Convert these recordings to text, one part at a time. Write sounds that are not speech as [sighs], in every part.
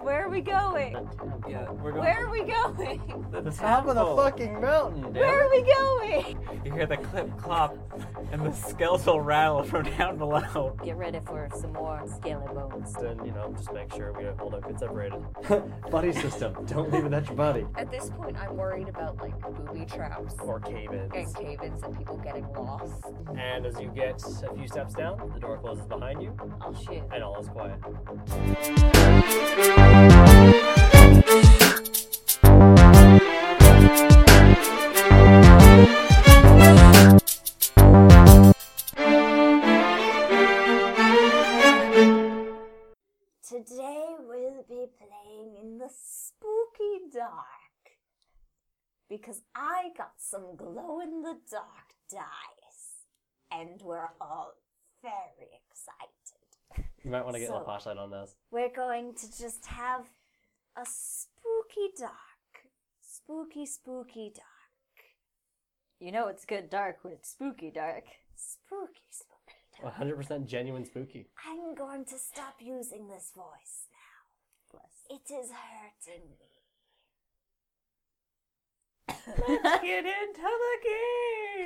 Where are we going? Yeah, we're going. Where are we going? The Top of the tadpole. fucking mountain, dude. Where are we going? You hear the clip clop and the skeletal rattle from down below. Get ready for some more scaly bones. And you know, just make sure we hold our kids separated. [laughs] buddy system. Don't leave without your buddy. At this point, I'm worried about like booby traps Or cave-ins. and cave-ins and people getting lost. And as you get a few steps down, the door closes behind you, Oh shit. and all is quiet. Today we'll be playing in the spooky dark because I got some glow in the dark dice and we're all very excited. You might want to get So- a posh light on this. We're going to just have a spooky dark. Spooky, spooky dark. You know it's good dark when it's spooky dark. Spooky, spooky dark. 100% genuine spooky. I'm going to stop using this voice now. It is hurting [laughs] me. Get into the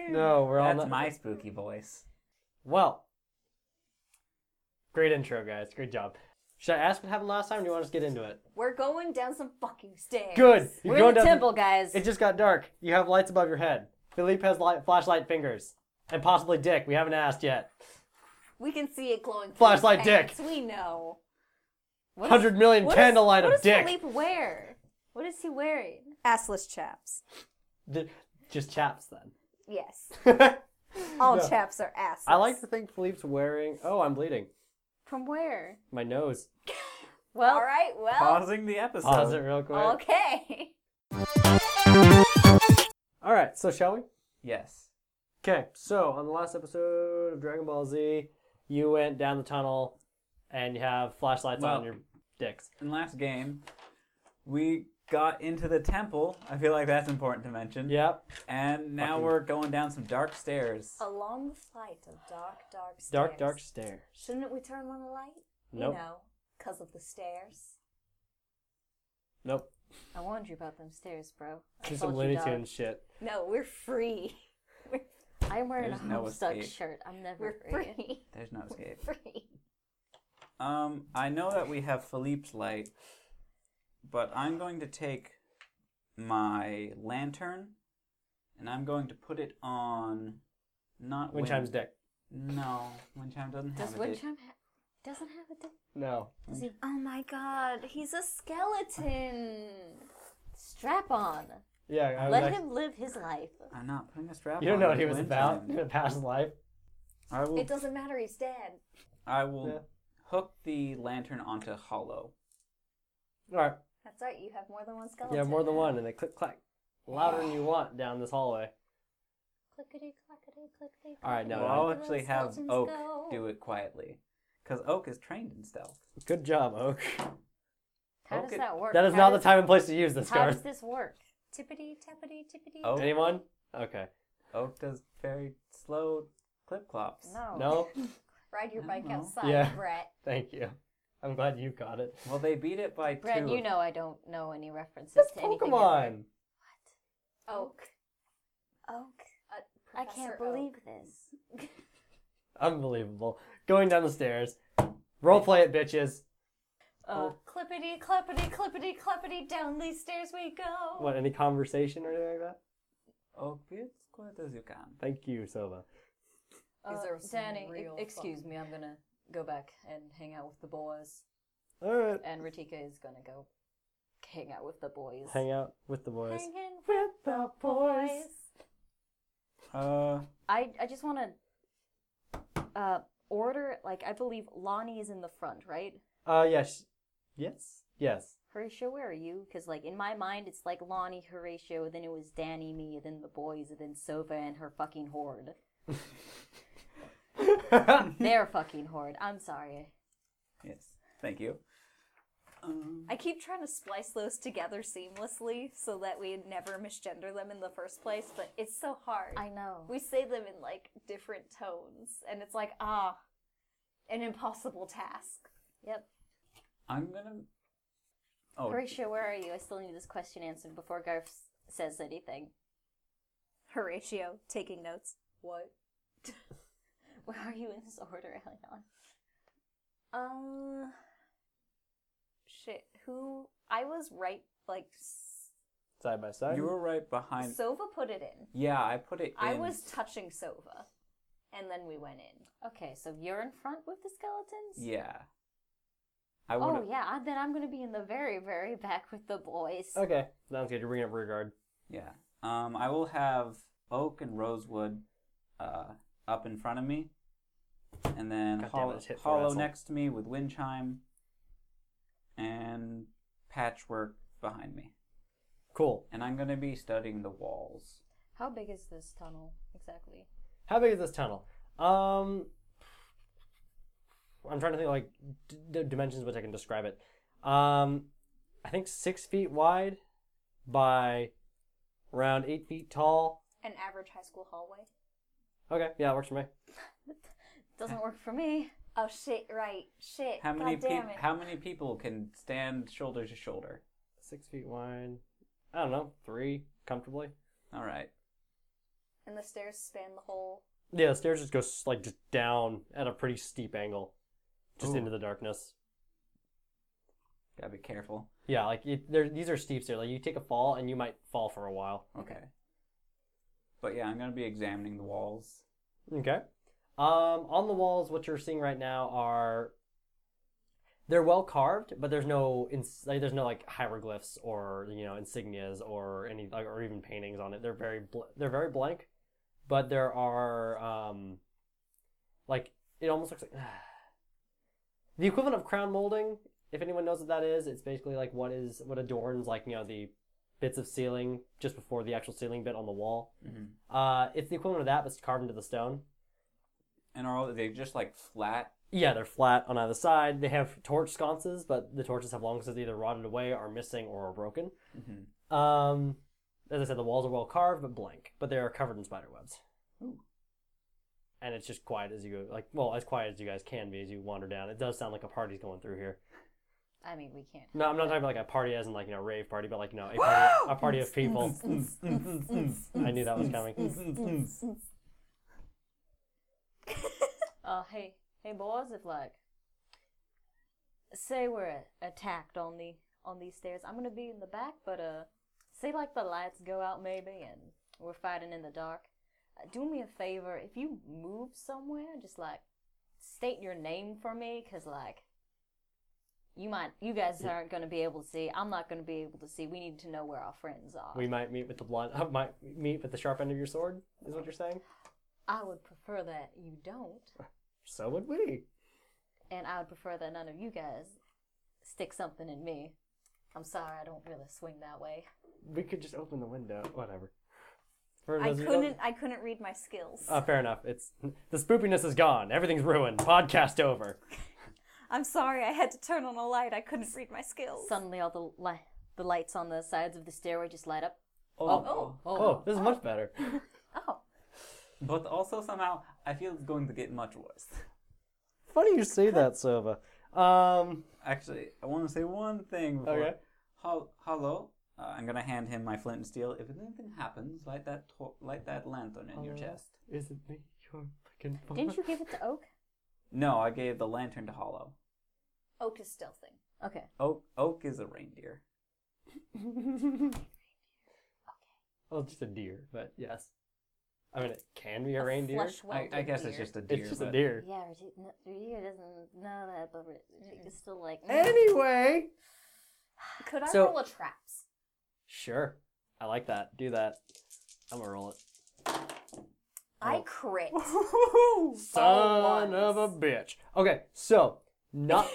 game. No, we're all That's not- my spooky voice. Well, Great intro, guys. Great job. Should I ask what happened last time, or do you want us to get into it? We're going down some fucking stairs. Good. You're We're going in the down temple, guys. It just got dark. You have lights above your head. Philippe has light, flashlight fingers. And possibly Dick. We haven't asked yet. We can see it glowing. through Flashlight his dick. pants, We know. What is- 100 million what is- candlelight what of does Dick. Philippe wear? What is he wearing? Assless chaps. Th- just chaps then. [laughs] Yes. I All No. chaps are assless. like to think Philippe's wearing. Oh, I'm bleeding. From where? My nose. Well, All right. Well. Pausing the episode. Pause it real quick. Okay. [laughs] All right, so shall we? Yes. Okay, so on the last episode of Dragon Ball Z, you went down the tunnel and you have flashlights Well- on your dicks. In last game, we got into the temple. I feel like that's important to mention. Yep. And now Fucking- we're going down some dark stairs. Oh. Along the flight of dark, dark stairs. Dark, dark stairs. Shouldn't we turn on the light? Nope. You know, because of the stairs. Nope. I warned you about them stairs, bro. I Just some told you, Looney dog. Tunes shit. No, we're free. We're, I'm wearing There's a no Homestuck escape. shirt. I'm never we're free. free. There's no escape. free. [laughs] Um, I know that we have Philippe's light, but I'm going to take my lantern and I'm going to put it on not Win- Windchime's dick. No, Windchime doesn't Does have a dick. Windcham ha- doesn't have a dick? No. Oh my god, he's a skeleton. Strap on. Yeah, I was Let actually- him live his life. I'm not putting a strap You don't on know with what he was about in Windchime. a past life. I will It doesn't matter, he's dead. I will Yeah. hook the lantern onto Hollow. All right. That's right, you have more than one skeleton. Yeah, more than now. one, and they click clack louder than you want down this hallway. Clickety, clackety, clickety, All right, no, well, no. I'll actually have Oak do it quietly. Because Oak is trained in stealth. Good job, Oak. How Okay. does that work? That is How not the does- time and place to use this How does card. this work? Tippity, tappity, tippity. Oh. Anyone? Okay. Oak does very slow clip clops. No. [laughs] No. Ride your I bike don't know. outside, Yeah. Brett. Thank you. I'm glad you got it. Well, they beat it by Brad, two. you know I don't know any references That's to anything. Pokemon. Oak. Oak. Uh, I can't Oh, Professor Oak. believe this. Unbelievable. Going down the stairs. Role play it, bitches. Uh, Clippity, clippity, clippity, clippity, down these stairs we go. What? Any conversation or anything like that? Oak be as quiet as you can. Thank you, Silva. Is uh, there some Danny, e- real excuse me. I'm gonna go back and hang out with the boys, All right. and Ratika is gonna go hang out with the boys. Hang out with the boys. Hanging With the boys. Uh, I I just want to uh, order. Like I believe Lonnie is in the front, right? Uh, yes. Yes. Yes. Horatio, where are you? Because like in my mind, it's like Lonnie, Horatio, then it was Danny, me, then the boys, and then Sova and her fucking horde. [laughs] Their fucking horde. I'm sorry. yes. Thank you. Um, I keep trying to splice those together seamlessly so that we never misgender them in the first place, but it's so hard. I know. we say them in like different tones, and it's like, ah, an impossible task. Yep. I'm gonna Oh, Horatio, where are you? I still need this question answered before Garf s- says anything. [laughs] Horatio taking notes. What? where are you in this order, Elion? Um, shit. Who? I was right. Like s- Side by side. you were right behind. Sova put it in. yeah, I put it. In. I was touching Sova, and then we went in. Okay, so you're in front with the skeletons? Yeah. I would. Oh, yeah, I- then I'm gonna be in the very, very back with the boys. Okay, sounds good. You're bringing up rear guard. Yeah. Um, I will have Oak and Rosewood uh, up in front of me, and then God damn it, Hollow, it's hit for Hollow Wetzel. next to me with Wind Chime, and Patchwork behind me. Cool. And I'm going to be studying the walls. How big is this tunnel exactly? How big is this tunnel? Um, I'm trying to think like d- d- dimensions, which I can describe it. Um, I think six feet wide by around eight feet tall. An average high school hallway. Okay, yeah, it works for me. Doesn't work for me. Oh shit! Right. Shit. How many God damn peop it. How many people can stand shoulder to shoulder? Six feet wide. I don't know, three comfortably. All right. and the stairs span the whole. Yeah, the stairs just go s- like just down at a pretty steep angle, just Ooh. into the darkness. Gotta be careful. Yeah, like it, there, these are steep stairs. Like you take a fall and you might fall for a while. Okay. But yeah, I'm going to be examining the walls. Okay. Um, on the walls, what you're seeing right now are they're well carved, but there's no ins- like, there's no like hieroglyphs or you know insignias or any like, or even paintings on it. They're very bl- they're very blank, but there are um, like it almost looks like [sighs] the equivalent of crown molding. If anyone knows what that is, it's basically like what is what adorns like you know the bits of ceiling just before the actual ceiling bit on the wall. Mm-hmm. Uh, it's the equivalent of that, but it's carved into the stone. And are all they just like [laughs] flat? Yeah, they're flat on either side. They have torch sconces, but the torches have long since either rotted away, are missing, or are broken. Mhm. Um, as I said, the walls are well carved but blank, but they are covered in spider webs. Ooh. And it's just quiet as you go, like well, as quiet as you guys can be as you wander down. It does sound like a party's going through here. I mean, we can't. No, I'm not talking about like a party as in like you know rave party, but like you know a party, a party of people. Oh. I knew that was coming. [laughs] Uh, hey, hey, boys, if like, say we're attacked on the on these stairs, I'm gonna be in the back, but uh, say like the lights go out maybe, and we're fighting in the dark. Uh, do me a favor, if you move somewhere, just like state your name for me, cause like. You might, you guys aren't going to be able to see. I'm not going to be able to see. We need to know where our friends are. We might meet with the blunt. [laughs] Uh, might meet with the sharp end of your sword. Is what you're saying? I would prefer that you don't. So would we. and I would prefer that none of you guys stick something in me. I'm sorry, I don't really swing that way. We could just open the window. Whatever. For I those of you who don't- couldn't. I couldn't read my skills. Uh, fair enough. It's the spoopiness is gone. Everything's ruined. Podcast over. I'm sorry. I had to turn on a light. I couldn't read my skills. Suddenly, all the li- the lights on the sides of the stairway just light up. Oh. Oh, this is much better. oh, But also somehow I feel it's going to get much worse. [laughs] Funny you say that, Sova. Um, Actually, I want to say one thing before. Okay. Hol- hello. Uh, I'm gonna hand him my flint and steel. If anything happens, light that to- light that lantern in your Hello. chest. Uh, is it me? Your fucking Oh. phone? Didn't you give it to Oak? No, I gave the lantern to Hollow. Oak is stealthing. Okay. Oak Oak is a reindeer. Oh, just a deer, but yes. I mean, it can be a, reindeer. I, I guess it's just a deer. it's just a but- deer. Yeah, Rajit no, Rajit doesn't know that, but Rajit is still like. mm, Anyway. Could I So- roll a traps? Sure. I like that. Do that. I'm gonna roll it. I crit. [laughs] Son of a ones. bitch. Okay, so [laughs] not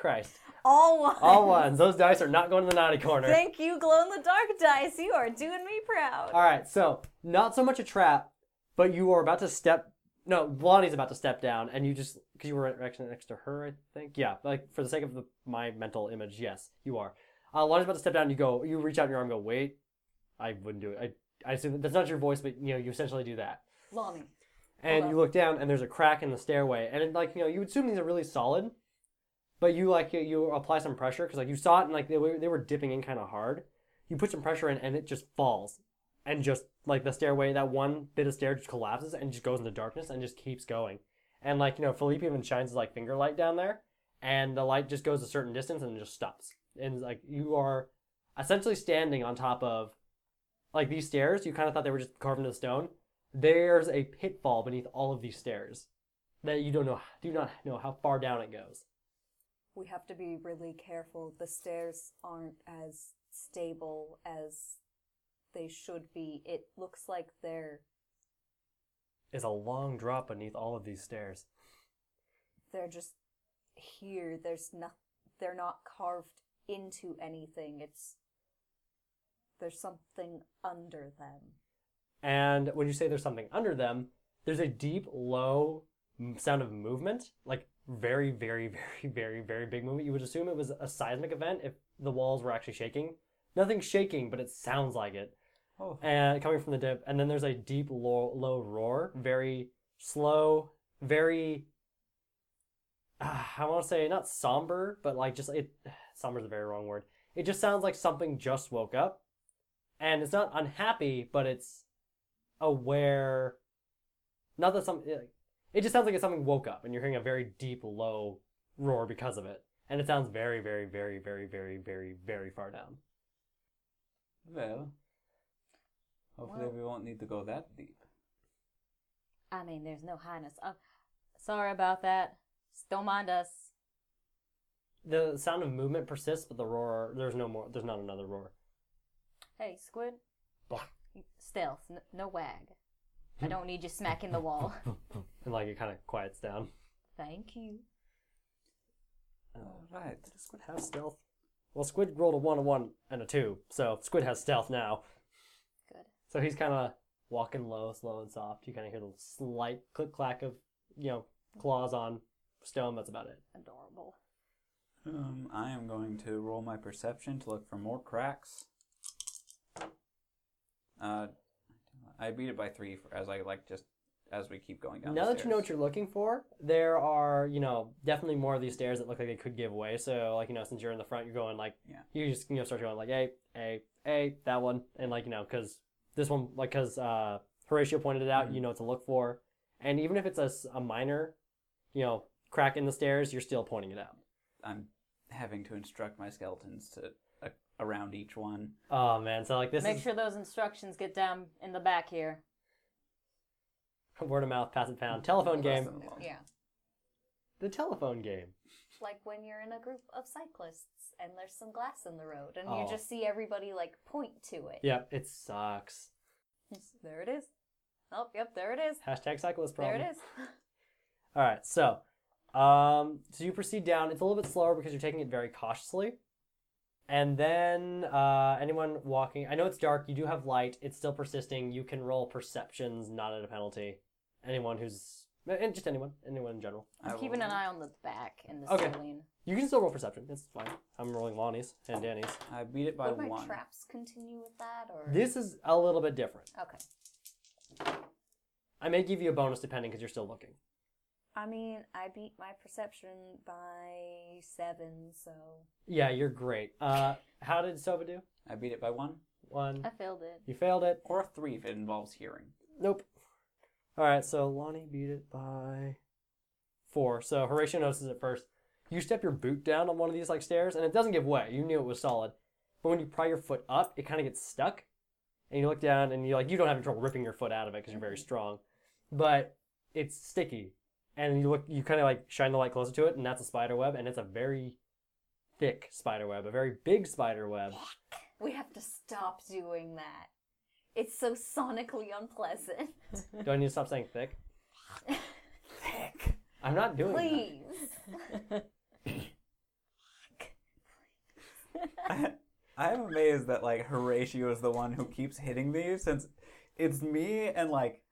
Christ. All one. All ones. Those dice are not going to the naughty corner. Thank you, glow in the dark dice. You are doing me proud. All right, so not so much a trap, but you are about to step. No, Lonnie's about to step down, and you just because you were actually next to her, I think. Yeah, like for the sake of the, my mental image, yes, you are. Uh, Lonnie's about to step down. You go. You reach out your arm. and Go. Wait, I wouldn't do it. I, I assume that's not your voice, but you know you essentially do that. Lonnie. And Hold you look down, and there's a crack in the stairway, and it, like you know you would assume these are really solid, but you like you- you apply some pressure because like you saw it and like they were, they were dipping in kind of hard. You put some pressure in and it just falls, and just like the stairway, that one bit of stair just collapses and just goes into darkness and just keeps going. And like you know, Philippe even shines his like finger light down there, and the light just goes a certain distance and it just stops. And like you are essentially standing on top of like these stairs. You kind of thought they were just carved into the stone. There's a pitfall beneath all of these stairs that you don't know do not know how far down it goes. We have to be really careful. The stairs aren't as stable as they should be. It looks like they're is a long drop beneath all of these stairs. they're just here. There's not they're not carved into anything. It's there's something under them. And when you say there's something under them, there's a deep, low m- sound of movement, like very, very, [laughs] very, very, very big movement. You would assume it was a seismic event if the walls were actually shaking. Nothing's shaking, but it sounds like it. Oh. And Uh, coming from the dip, and then there's a deep, low, low roar, very slow, very. [sighs] Uh, I want to say not somber, but like just it. [sighs] Somber's a very wrong word. It just sounds like something just woke up, and it's not unhappy, but it's aware. Not that some. It, it just sounds like it's something woke up, and you're hearing a very deep, low roar because of it, and it sounds very, very, very, very, very, very, very far down. Well, hopefully Well- we won't need to go that deep. I mean, there's no highness. Uh, sorry about that. Just don't mind us. The sound of movement persists, but the roar. There's no more. There's not another roar. Hey, squid. Blah. Stealth. N- no wag. I don't need you smacking the [laughs] wall. And like it kind of quiets down. Thank you. Oh. All right. Does Squid have stealth? Well, Squid rolled a one, a one, and a two, so Squid has stealth now. Good. So he's kind of walking low, slow and soft. You kind of hear the slight click clack of you know claws on stone. That's about it. Adorable. Um, I am going to roll my perception to look for more cracks. Uh, I beat it by three for, as I like just as we keep going down. the now that you know what stairs. you're looking for, there are you know definitely more of these stairs that look like they could give way. So like you know since you're in the front, you're going like Yeah. you just you know start going like hey hey hey that one and like you know because this one like because uh, Horatio pointed it out, Mm-hmm. you know what to look for, and even if it's a, s- a minor, you know crack in the stairs, you're still pointing it out. I'm having to instruct my skeletons to uh, around each one. Oh man, so like this Make is sure those instructions get down in the back here. [laughs] word of mouth, pass it pound, telephone Pass game, them along. the telephone game. Like when you're in a group of cyclists and there's some glass in the road and Oh. you just see everybody like point to it. Yep, it sucks. There it is. Oh, yep, there it is. Hashtag cyclist problem. There it is. All right, so um, so you proceed down. It's a little bit slower because you're taking it very cautiously. And then uh, anyone walking, I know it's dark. You do have light. It's still persisting. You can roll perceptions, not at a penalty. Anyone who's and just anyone, anyone in general. I I'm will- keeping an eye on the back and the Okay. ceiling. You can still roll perception. It's fine. I'm rolling Lonnie's and Danny's. I beat it by Would my one. traps continue with that or This is a little bit different. Okay. I may give you a bonus depending because you're still looking. I mean, I beat my perception by seven, so Yeah, you're great. Uh, how did Sova do? I beat it by one One. I failed it. You failed it. or three if it involves hearing. [laughs] Nope. All right, so Lonnie beat it by four. So Horatio notices it first. You step your boot down on one of these like stairs, and it doesn't give way. You knew it was solid, but when you pry your foot up, it kind of gets stuck, and you look down, and you like you don't have any trouble ripping your foot out of it because you're very strong, but it's sticky, and you look you kind of like shine the light closer to it, and that's a spider web, and it's a very thick spider web, a very big spider web. we have to stop doing that. It's so sonically [laughs] unpleasant. Do I need to stop saying thick? Thick. [laughs] I'm not doing that. Please. I'm amazed that like Horatio is the one who keeps hitting these since it's me and like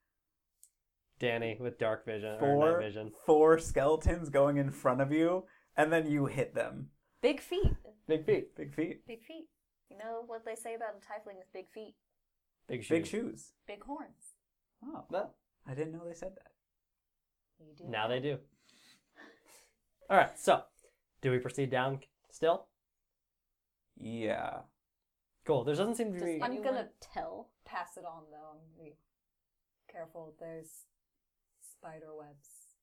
Danny with dark vision or four night vision. four skeletons going in front of you and then you hit them. Big feet. Big feet, Big feet, Big feet. You know what they say about a tiefling with big feet? big shoes. big shoes. Big horns. Wow. Well, I didn't know they said that. You do. now they do. All right, so Do we proceed down still? Yeah. Cool. There doesn't seem to Does be. I'm anyone gonna- tell. Pass it on though. I'm gonna be careful. There's spider webs.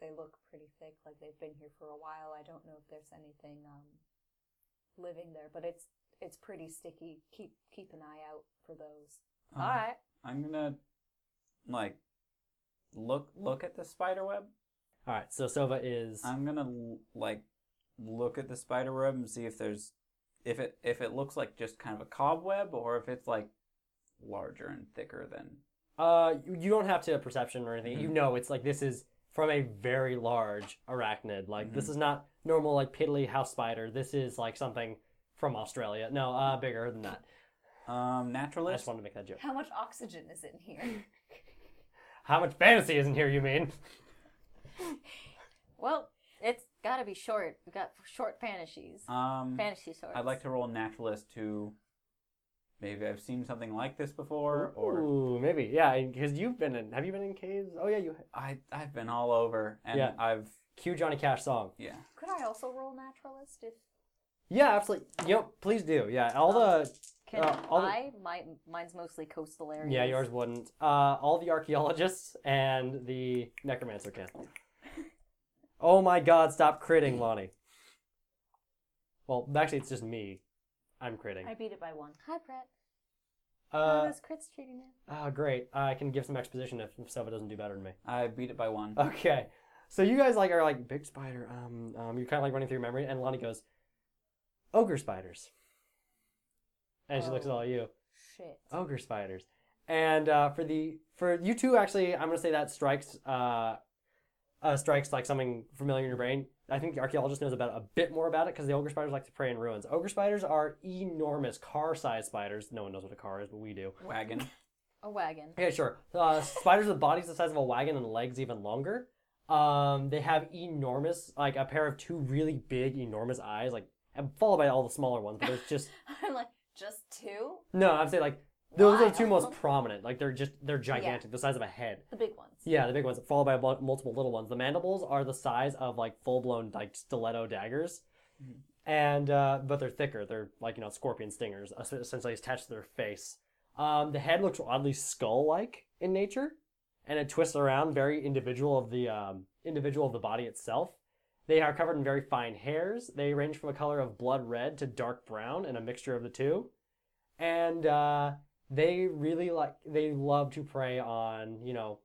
They look pretty thick, like they've been here for a while. I don't know if there's anything um, living there, but it's it's pretty sticky. Keep keep an eye out for those. Um, All right. I'm gonna like look look at the spider web. All right. So Sova is. I'm gonna l- like look at the spider web and see if there's if it if it looks like just kind of a cobweb or if it's like larger and thicker than Uh, you- you don't have to have perception or anything. You Mhm. know, it's like this is from a very large arachnid. Like this is not normal, like piddly house spider. This is like something from Australia. No, uh, bigger than that. um I just naturalist. wanted to make that joke. How much oxygen is in here? How much fantasy is in here? You mean? [laughs] Well, it's got to be short. We've got short fantasies. Mm. Um, Fantasy shorts. I'd like to roll naturalist to maybe I've seen something like this before or Ooh, maybe. Yeah, because you've been in. Have you been in caves? Oh yeah, you. I I've been all over and Yeah. I've Cue Johnny Cash song. yeah. Could I also roll naturalist if Yeah, absolutely. Yep, please do. Yeah, all the. Can uh, all the- I? My, mine's mostly coastal areas. Yeah, yours wouldn't. Uh, all the archaeologists and the necromancer can. Oh my God! Stop critting, Lonnie. Well, actually, it's just me. I'm critting. I beat it by one? Hi, Brett. How Uh, is Crits treating you? oh, great. I can give some exposition if Sova doesn't do better than me. I beat it by one. Okay. So you guys like are like big spider. Um, um, you're kind of like running through your memory, and Lonnie goes, "Ogre spiders," and she looks at all you. Shit. ogre spiders and uh, for the for you two actually i'm gonna say that strikes uh, uh strikes like something familiar in your brain i think the archaeologist knows about a bit more about it because the ogre spiders like to prey in ruins ogre spiders are enormous car-sized spiders no one knows what a car is but we do Wagon. A wagon. yeah sure uh, spiders with bodies the size of a wagon and legs even longer um, they have enormous like a pair of two really big enormous eyes like and followed by all the smaller ones but there's just I'm like just two. no i'm saying like those are the two Wow. most prominent like they're just they're gigantic the size of a head The big ones. Yeah, the big ones, followed by mul- multiple little ones. The mandibles are the size of like full blown like stiletto daggers, and uh, but they're thicker. They're like you know scorpion stingers, es- essentially attached to their face. Um, the head looks oddly skull like in nature, and it twists around, very individual of the um, individual of the body itself. They are covered in very fine hairs. They range from a color of blood red to dark brown, and a mixture of the two. And uh, they really like they love to prey on you know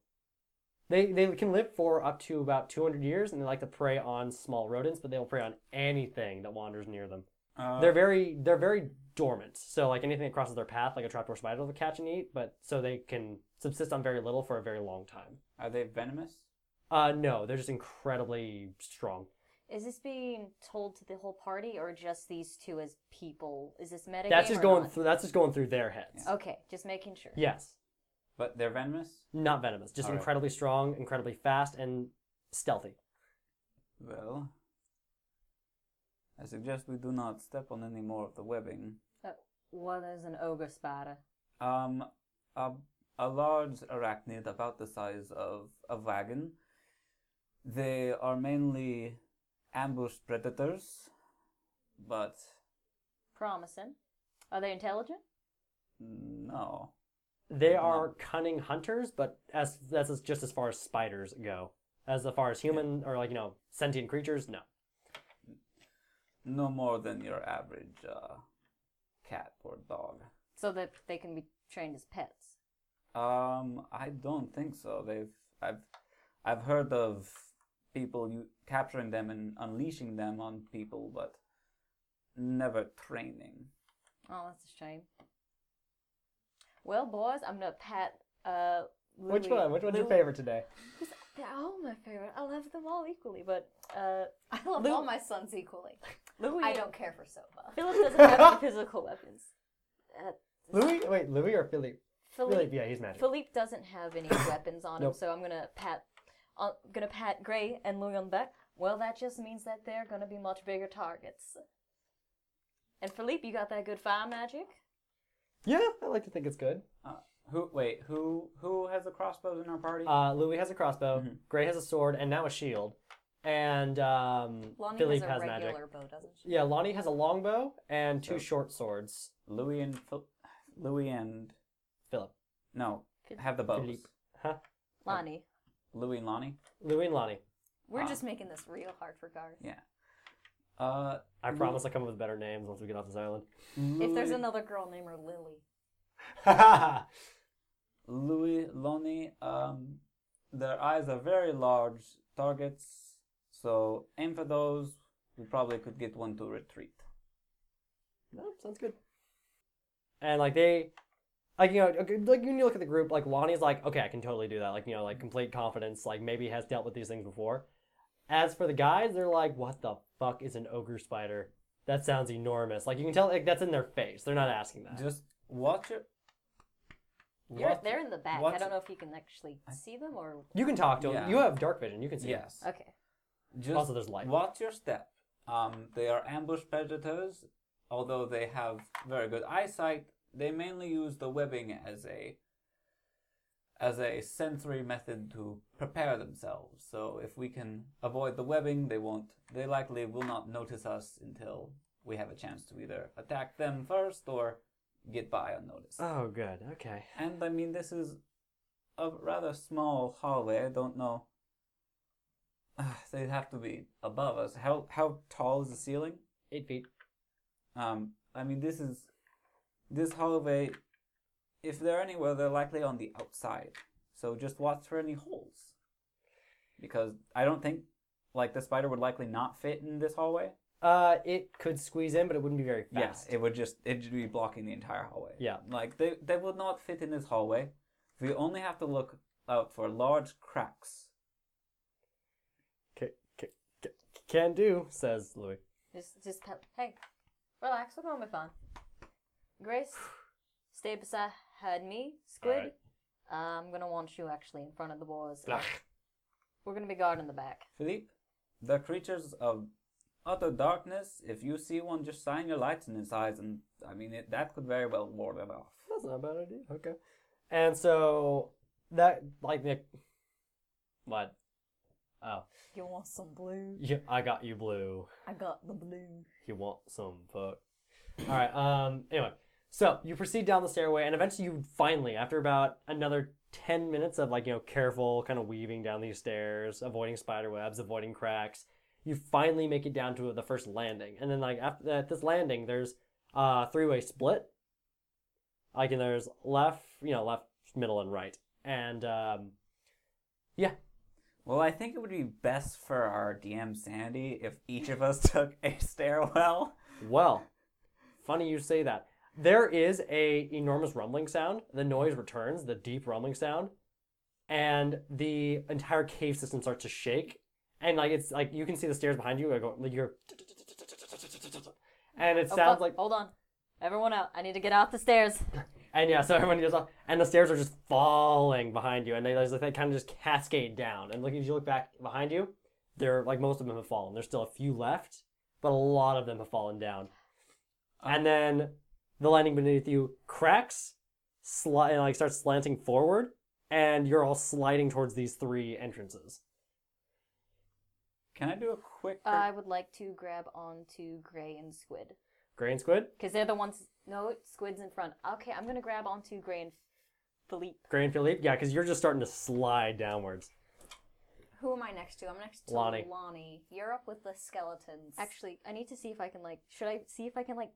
they they can live for up to about 200 years and they like to prey on small rodents but they'll prey on anything that wanders near them [laughs] Uh, they're very they're very dormant so like anything that crosses their path like a trapdoor spider they'll catch and eat but so they can subsist on very little for a very long time are they venomous? uh no they're just incredibly strong Is this being told to the whole party or just these two as people? Is this meta? that's just going not? through that's just going through their heads Okay, just making sure. yes But they're venomous? not venomous just All right. incredibly strong incredibly fast and stealthy Well, I suggest we do not step on any more of the webbing. What is an ogre spider? Um, a, a large arachnid about the size of a wagon. They are mainly ambush predators, but Promising. Are they intelligent? no. They Like the are mon- cunning hunters, but as that's as- just as far as spiders go. As far as human or like you know sentient creatures, no. No more than your average uh, cat or dog. So that they can be trained as pets. Um, I don't think so. They've I've I've heard of people you capturing them and unleashing them on people, but never training. Oh, that's a shame. Well, boys, I'm gonna pat. Uh, Louis- Louis- today? They're all my favorite. I love them all equally, but uh, I love Lou- all my sons equally. Louis. I don't care for Sova. Philip doesn't have any physical weapons. Uh, Louis, wait, Louis or Philly? Philip. yeah, he's magic. Philippe doesn't have any weapons on him, Nope. so I'm gonna pat, I'm gonna pat Gray and Louis on the back. Well, that just means that they're gonna be much bigger targets. And Philippe, you got that good fire magic? Yeah, I like to think it's good. Uh, who? Wait, who? Who has the crossbows in our party? Mm-hmm. Uh, Louis has a crossbow. Mhm. Gray has a sword and now a shield. and um, Lonnie Philip has a has regular magic. bow, doesn't she? Yeah, Lonnie has a longbow and two So- short swords. Louis and Phil- Louis and Philip, no Phil- have the bows. Philippe. huh? Lonnie. Louis and Lonnie. Louis and Lonnie. We're Ah. just making this real hard for Garth. Yeah. Uh, I promise I'll come up with better names once we get off this [laughs] island. [laughs] If there's Louis- another girl named her Lily. Louis Lonnie, um, their eyes are very large targets, so aim for those. We probably could get one to retreat. No, sounds good. And like they, like you know, okay, like when you look at the group, like Lonnie's like, okay, I can totally do that. Like you know, like complete confidence. Like maybe has dealt with these things before. As for the guys, they're like, what the fuck is an ogre spider? That sounds enormous. Like you can tell, like that's in their face. They're not asking that. Just watch it. You're, watch- they're in the back. I what's- don't know if you can actually see them or. You can talk to them. Yeah. You have dark vision. You can see. them. Yes. Okay. Just Also, there's light. Watch your step. Um, they are ambush predators, although they have very good eyesight. They mainly use the webbing as a as a sensory method to prepare themselves. So if we can avoid the webbing, they won't. They likely will not notice us until we have a chance to either attack them first or get by unnoticed. Oh, good. Okay. And I mean, this is a rather small hallway. I don't know. Uh, they'd have to be above us. How how tall is the ceiling? Eight feet. Um, I mean, this is this hallway. If they're anywhere, they're likely on the outside. So just watch for any holes, because I don't think like the spider would likely not fit in this hallway. Uh, it could squeeze in, but it wouldn't be very Yes, fast. it would just it would be blocking the entire hallway. Yeah. like they they would not fit in this hallway. We only have to look out for large cracks. Ca- ca- ca- Can do, says Louis. Just, just tell. Hey, relax. We're going with fun. Grace, stay beside me. Squid, uh, I'm gonna want you actually in front of the boys. Ah. We're gonna be guarding the back. Philippe, the creatures of utter darkness. If you see one, just shine your lights in its eyes, and I mean it, that could very well ward it off. That's not a bad idea. Okay. And so that like Nick what? Oh. You want some blue? Yeah, I got you blue. I got the blue. You want some fuck. Alright, um anyway. So you proceed down the stairway and eventually you finally, after about another ten minutes of like, you know, careful kind of weaving down these stairs, avoiding spider webs, avoiding cracks, you finally make it down to the first landing. And then like after at this landing there's uh three way split. Like and there's left, you know, left, middle and right. And um yeah, Well, I think it would be best for our DM sanity if each of us [laughs] took a stairwell. Well, funny you say that. There is a enormous rumbling sound. The noise returns, the deep rumbling sound, and the entire cave system starts to shake. And like it's like you can see the stairs behind you. Like, go- like you're, and it Oh, sounds fuck, like Hold on. Everyone out. I need to get out the stairs. and yeah. So [laughs] everyone goes off, and the stairs are just falling behind you, and they they kind of just cascade down. And like if you look back behind you, they're like most of them have fallen. There's still a few left, but a lot of them have fallen down. and then the landing beneath you cracks, sli- and like starts slanting forward, and you're all sliding towards these three entrances. Can I do a quick? I would like to grab onto Gray and Squid. Grain squid, Because they're the ones. No, Squid's in front. Okay, I'm gonna grab onto Gray and Philippe. grain Philippe, yeah, because you're just starting to slide downwards. Who am I next to? I'm next to Lonnie. Lonnie. You're up with the skeletons. Actually, I need to see if I can like. Should I see if I can like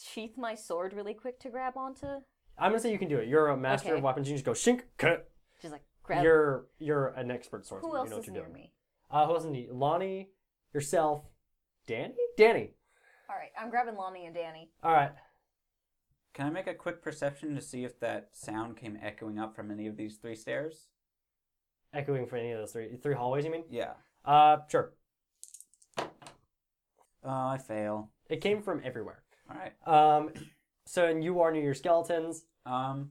sheath my sword really quick to grab onto? I'm gonna say you can do it. You're a master Okay. of weapons. You can just go shink, cut. Just like grab. You're you're an expert swordsman. Who else you know is what near you're doing. me? Uh, who else? in the- Lonnie, yourself, Danny, Danny. All right, I'm grabbing Lonnie and Danny. All right. Can I make a quick perception to see if that sound came echoing up from any of these three stairs? Echoing for any of those three three hallways, you mean? Yeah. Uh, sure. Oh, I fail. It came from everywhere. All right. Um, so and you are near your skeletons. Um,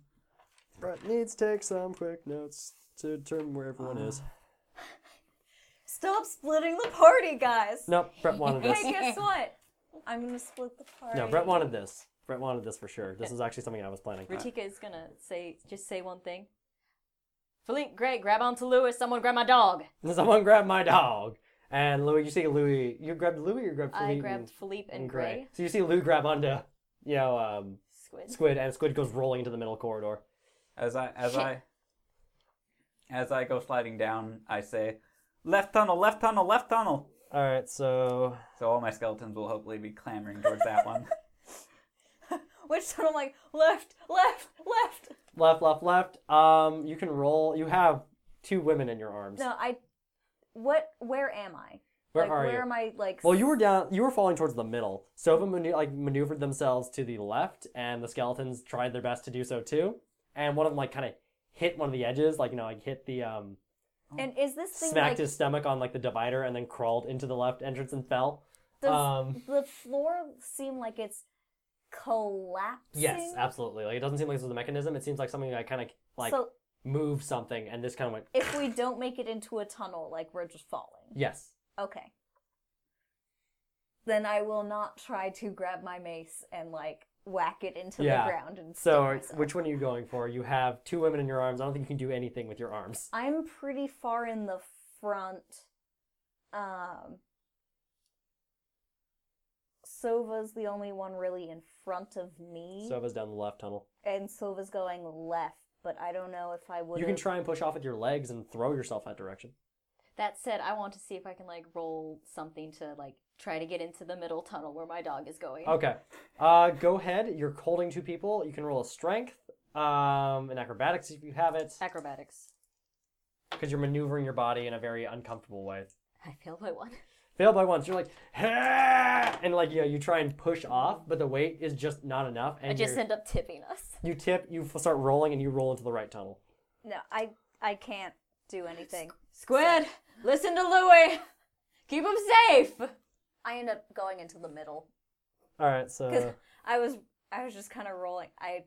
Brett needs to take some quick notes to determine where everyone is. Stop splitting the party, guys. [gasps] No, Brett wanted this. Hey, guess what? I'm gonna split the party. No, Brett wanted this. Brett wanted this for sure. This is actually something I was planning. Rutika is gonna say just say one thing. Philippe, great, grab onto Lewis. Someone grab my dog. Someone grab my dog. And Louis, you see Louis. You grabbed Louis or you grabbed Philippe? I grabbed Philippe and Gray. So you see Lou grab onto, you know, um, Squid. Squid, and Squid goes rolling into the middle corridor. As I as I as I go sliding down, I say, "Left tunnel, left tunnel, left tunnel." All right, so So all my skeletons will hopefully be clamoring towards [laughs] that one. [laughs] Which tunnel? I'm like left, left, left. left, left, left. Um, you can roll. You have two women in your arms. No, I. What? Where am I? Where like, are where you? am I? Like. Well, you were down. You were falling towards the middle. Sova manu- like maneuvered themselves to the left, and the skeletons tried their best to do so too. And one of them like kind of hit one of the edges, like you know, like hit the um, And is this thing smacked like his stomach on like the divider, and then crawled into the left entrance and fell. does um, the floor seem like it's collapsing? Yes, absolutely. Like it doesn't seem like this was a mechanism. It seems like something that kind of like so moved something, and this kind of went. if we don't make it into a tunnel, like we're just falling. Yes. Okay. Then I will not try to grab my mace and like whack it into Yeah. the ground and So, stun are- myself. which one are you going for? You have two women in your arms. I don't think you can do anything with your arms. I'm pretty far in the front. Um, Sova's the only one really in front of me, Sova's down the left tunnel. and Sova's going left. But I don't know if I would. You can try and push off with your legs and throw yourself that direction. That said, I want to see if I can like roll something to like try to get into the middle tunnel where my dog is going. Okay. Uh, go ahead. You're holding two people. You can roll a strength, um, and acrobatics if you have it, Acrobatics. because you're maneuvering your body in a very uncomfortable way. I failed by one. Fail by once. You're like, "Ah!" and like you know, you try and push off, but the weight is just not enough. And I just you're- end up tipping us. you tip. You f- start rolling, and you roll into the right tunnel. No, I I can't do anything. Squid, listen to Louie. Keep him safe. I end up going into the middle. All right. So I was I was just kind of rolling. I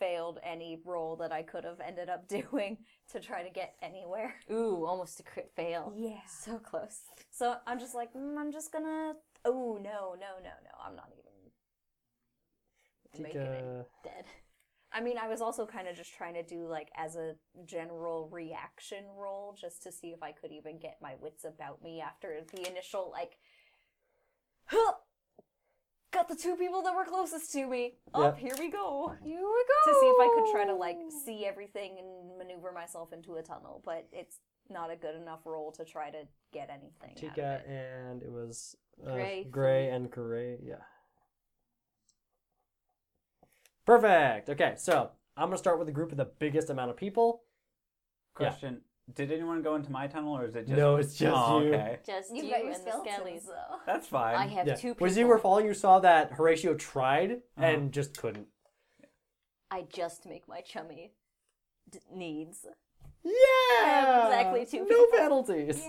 failed any roll that I could have ended up [laughs] doing to try to get anywhere. Ooh, almost a crit fail. Yeah. So close. So I'm just like, mm, I'm just gonna. Oh no, no, no, no! I'm not even making it. Tika- Dead. I mean, I was also kind of just trying to do like as a general reaction roll, just to see if I could even get my wits about me after the initial like. "Huh!" Got the two people that were closest to me. Up here we go. Here we go. To see if I could try to like see everything and maneuver myself into a tunnel, but it's not a good enough roll to try to get anything. out of Tika it. and it was uh, Gray, Gray and Gray. Yeah. Perfect. Okay, so I'm gonna start with the group with the biggest amount of people. Question: Did anyone go into my tunnel, or is it just? No, it's just Oh, you. Okay, Just you, You've got your and the skeletons skellies. though. that's fine. I have yeah. two people. When you were falling, you saw that Horatio tried and just couldn't. I just make my chummy d- needs. Yeah. exactly two No people. penalties.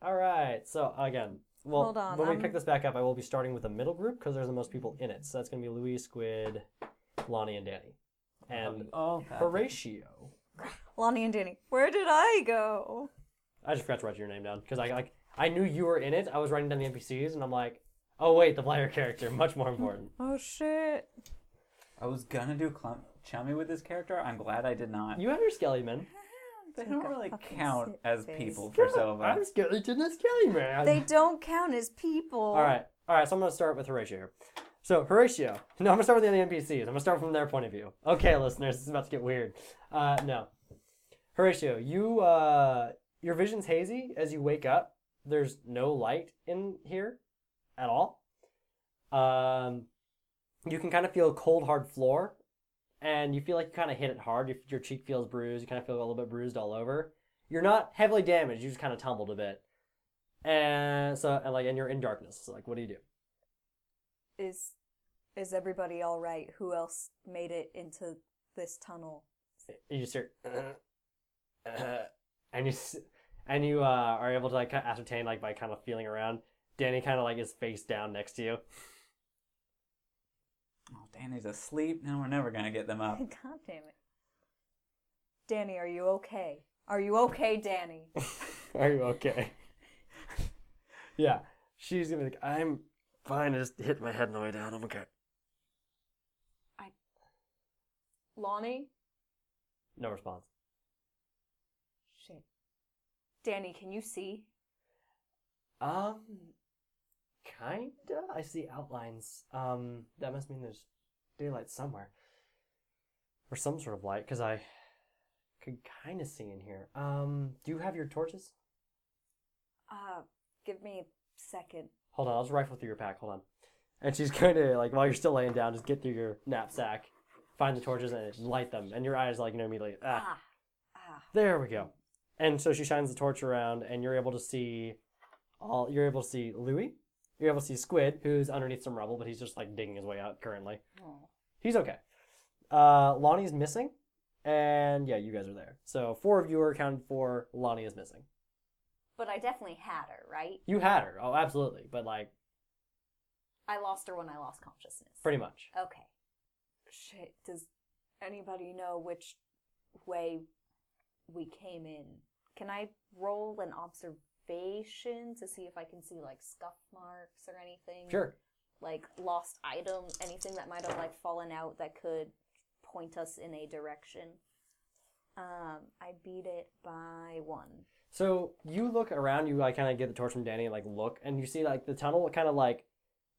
All right. So again, well, Hold on, when we I'm- pick this back up, I will be starting with the middle group because there's the most people in it. So that's gonna be Louis, Squid, Lonnie, and Danny, and Oh, Horatio. Lonnie and Danny, where did I go? I just forgot to write your name down because I like I knew you were in it. I was writing down the NPCs, and I'm like, oh wait, the player character, much more important. [laughs] Oh shit. I was gonna do clum- chummy with this character. I'm glad I did not. You have your skelly man. they don't really fucking count sit as face. people for Silva. I'm skeleton and skelly man. They don't count as people. All right, all right. So I'm gonna start with Horatio. here. So Horatio. [laughs] No, I'm gonna start with the other NPCs. I'm gonna start from their point of view. Okay, listeners, this is about to get weird. Uh, no, Horatio, you uh, your vision's hazy as you wake up. There's no light in here at all. Um, you can kind of feel a cold, hard floor, and you feel like you kind of hit it hard. Your, your cheek feels bruised. You kind of feel a little bit bruised all over. You're not heavily damaged. You just kind of tumbled a bit. And so, and like, and you're in darkness. So, like, what do you do? Is is everybody all right? Who else made it into this tunnel? You just hear, [clears throat] and you, s- and you uh, are able to like kind of ascertain like by kind of feeling around. Danny kind of like is face down next to you. [laughs] Oh, Danny's asleep. Now we're never gonna get them [laughs] up. God damn it. Danny, are you okay? Are you okay, [laughs] Danny? Are you okay? [laughs] yeah, she's gonna be like, I'm fine. I just hit my head on the way down. I'm okay. Lonnie, No response. Danny, can you see? Um, kinda. I see outlines. Um, that must mean there's daylight somewhere, or some sort of light, because I could kind of see in here. Um, do you have your torches? Uh, give me a second. Hold on, I'll just rifle through your pack. Hold on. And she's going to like while you're still laying down, just get through your knapsack, find the torches, and light them. And your eyes like you know immediately. Ah, Ah, ah. There we go. And so she shines the torch around, and you're able to see all. You're able to see Louis. You're able to see Squid, who's underneath some rubble, but he's just like digging his way out currently. He's okay. Uh, Lonnie's missing, and yeah, you guys are there. So four of you are accounted for. Lonnie is missing. But I definitely had her, right? You had her, oh absolutely, but like I lost her when I lost consciousness. pretty much. Okay. Shit, does anybody know which way we came in? Can I roll an observation to see if I can see like scuff marks or anything? Sure. Like lost item, anything that might have like fallen out that could point us in a direction. Um, I beat it by one. So you look around, you like kind of get the torch from Danny, and, like look, and you see like the tunnel kind of like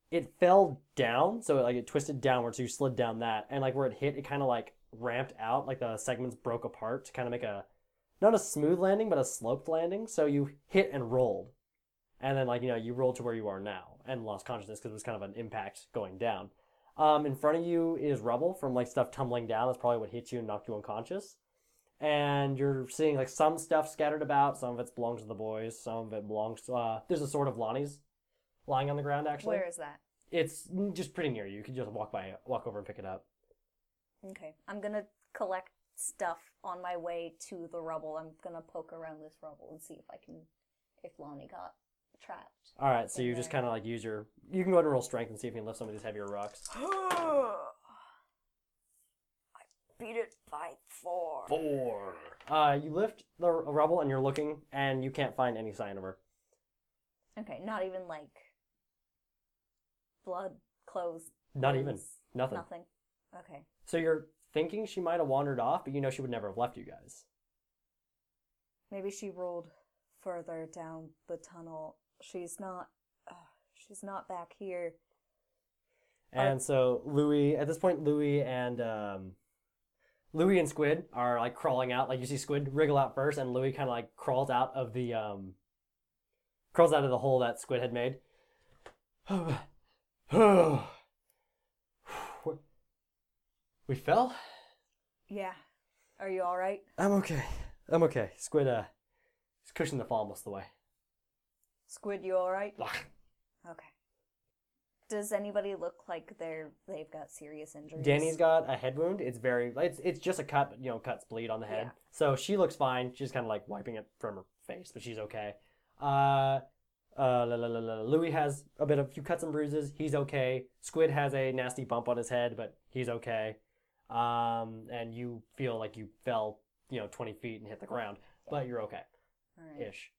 it fell down, so like it twisted downward, so you slid down that, and like where it hit, it kind of like ramped out, like the segments broke apart to kind of make a not a smooth landing, but a sloped landing. So you hit and rolled, and then like you know you rolled to where you are now and lost consciousness because it was kind of an impact going down. Um, in front of you is rubble from like stuff tumbling down. That's probably what hit you and knocked you unconscious and you're seeing like some stuff scattered about. Some of it's belongs to the boys. Some of it belongs to. Uh, there's a sword of Lonnie's lying on the ground. Actually, Where is that? it's just pretty near you. You can just walk by, walk over and pick it up. Okay. I'm gonna collect stuff on my way to the rubble. I'm gonna poke around this rubble and see if I can if Lonnie got trapped. [gasps] All right, so you just kind of like use your. You can go ahead and roll strength and see if you can lift some of these heavier rocks. Beat it by four. Four. Uh, you lift the r- rubble and you're looking, and you can't find any sign of her. Okay, not even like blood, clothes, Not even nothing. nothing. Okay. So you're thinking she might have wandered off, but you know she would never have left you guys. Maybe she rolled further down the tunnel. She's not. Uh, she's not back here. And so Louis, at this point, Louis and um, Louis and Squid are like crawling out. Like you see Squid wriggle out first, and Louis kind of like crawls out of the um, crawls out of the hole that Squid had made. [sighs] we fell. Yeah. Are you all right? I'm okay. I'm okay. Squid uh, is cushioning the fall almost the way. Squid, you all right? Okay. Does anybody look like they're they've got serious injuries? Danny's got a head wound. It's very it's it's just a cut, but you know, cuts bleed on the head. Yeah. So she looks fine. She's kind of like wiping it from her face, but she's okay. Uh, uh, la, la, la, la. Louis has a bit of few cuts and bruises. He's okay. Squid has a nasty bump on his head, but he's okay. Um, and you feel like you fell, you know, twenty feet and hit the ground, but you're okay Alright. ish.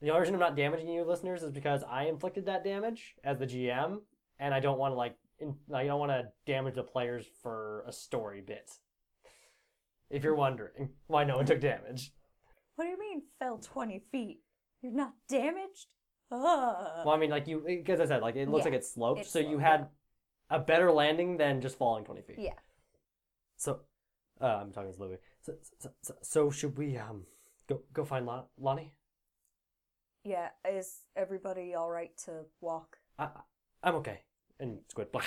The only reason I'm not damaging you, listeners, is because I inflicted that damage as the GM, and I don't want to like, in, I don't want to damage the players for a story bit. If you're wondering why no one took damage, What do you mean fell twenty feet? You're not damaged. Ugh. well, I mean, like you, because I said, like it looks Yeah, like it's sloped, it's so you sloped, had a better landing than just falling twenty feet. Yeah. So, uh, I'm talking to Louis. So, so, so, so should we um go go find Lon- Lonnie? Yeah. Is everybody all right to walk? I, I- I'm okay. And Squid, blah.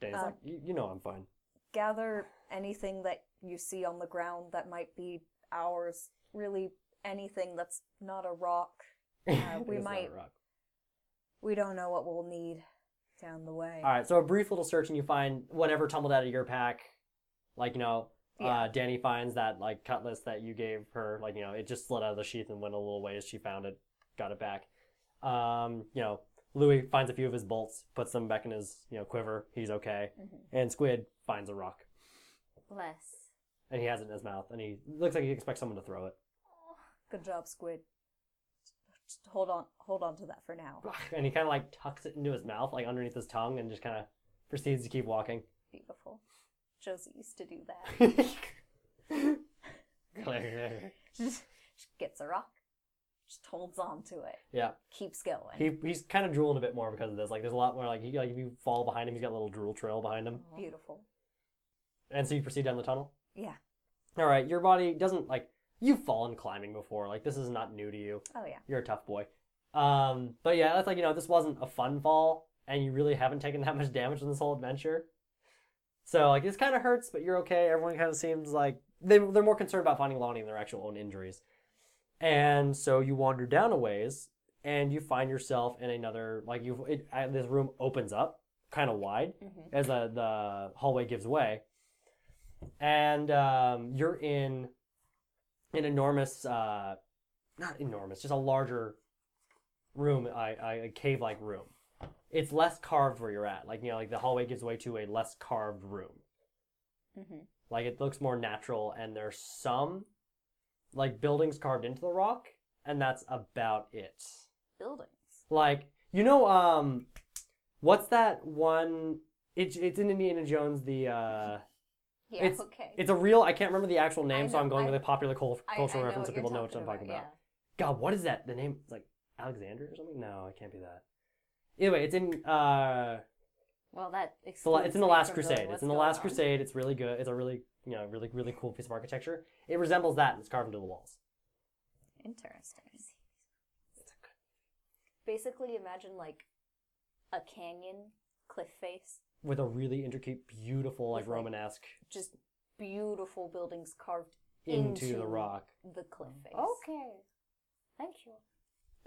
Danny's like, you, you know I'm fine. Gather anything that you see on the ground that might be ours. Really, anything that's not a rock. Uh, we [laughs] It's not a might- rock. We don't know what we'll need down the way. All right, so a brief little search, and you find whatever tumbled out of your pack. Like you know, uh, Danny finds that like cutlass that you gave her. Like you know, it just slid out of the sheath and went a little ways. She found it, got it back. Um, you know, Louis finds a few of his bolts, puts them back in his you know quiver. He's okay. And Squid finds a rock, Bless. and he has it in his mouth, and he looks like he expects someone to throw it. [sighs] Good job, Squid. Just hold on, hold on to that for now. And he kind of like tucks it into his mouth, like underneath his tongue, and just kind of proceeds to keep walking. [laughs] Beautiful. Josie used to do that. Click. [laughs] Gets a rock, Just holds on to it. Yeah. Keeps going. He, he's kind of drooling a bit more because of this. Like, there's a lot more. Like, he, like if you fall behind him, he's got a little drool trail behind him. Beautiful. And so you proceed down the tunnel. Yeah. All right, your body doesn't like you've fallen climbing before. Like, this is not new to you. Oh yeah. You're a tough boy. Um, but yeah, that's like you know, this wasn't a fun fall, and you really haven't taken that [laughs] much damage in this whole adventure. So like, this kind of hurts, but you're okay. Everyone kind of seems like they they're more concerned about finding Lonnie than their actual own injuries. And so you wander down a ways, and you find yourself in another like you it, uh, this room opens up kind of wide as the the hallway gives way, and um, you're in an enormous uh, not enormous just a larger room I, I, a cave like room. It's less carved where you're at like you know like the hallway gives way to a less carved room. Mm-hmm. Mhm. Like it looks more natural, and there's some like buildings carved into the rock, and that's about it. Buildings. Like you know, um, what's that one? It's it's in Indiana Jones. [laughs] The uh, Yeah, It's- okay. it's a real. I can't remember the actual I name, so know- I'm going I- with a popular cul- I- I cultural know reference so what people you're know what I'm talking about. yeah. God, what is that? The name it's like Alexander or something? No, it can't be that. Anyway, it's in uh, Well, that it's, the, la- excludes it's in the me Last from knowing Crusade. It's what's in the going Last on. Crusade. It's really good. It's a really you know really really cool piece of architecture. It resembles that. And it's carved into the walls. Interesting. Basically, imagine like a canyon cliff face, With a really intricate, beautiful, like With, like, Romanesque just beautiful buildings carved into, the into- rock, the cliff face. Okay. thank you.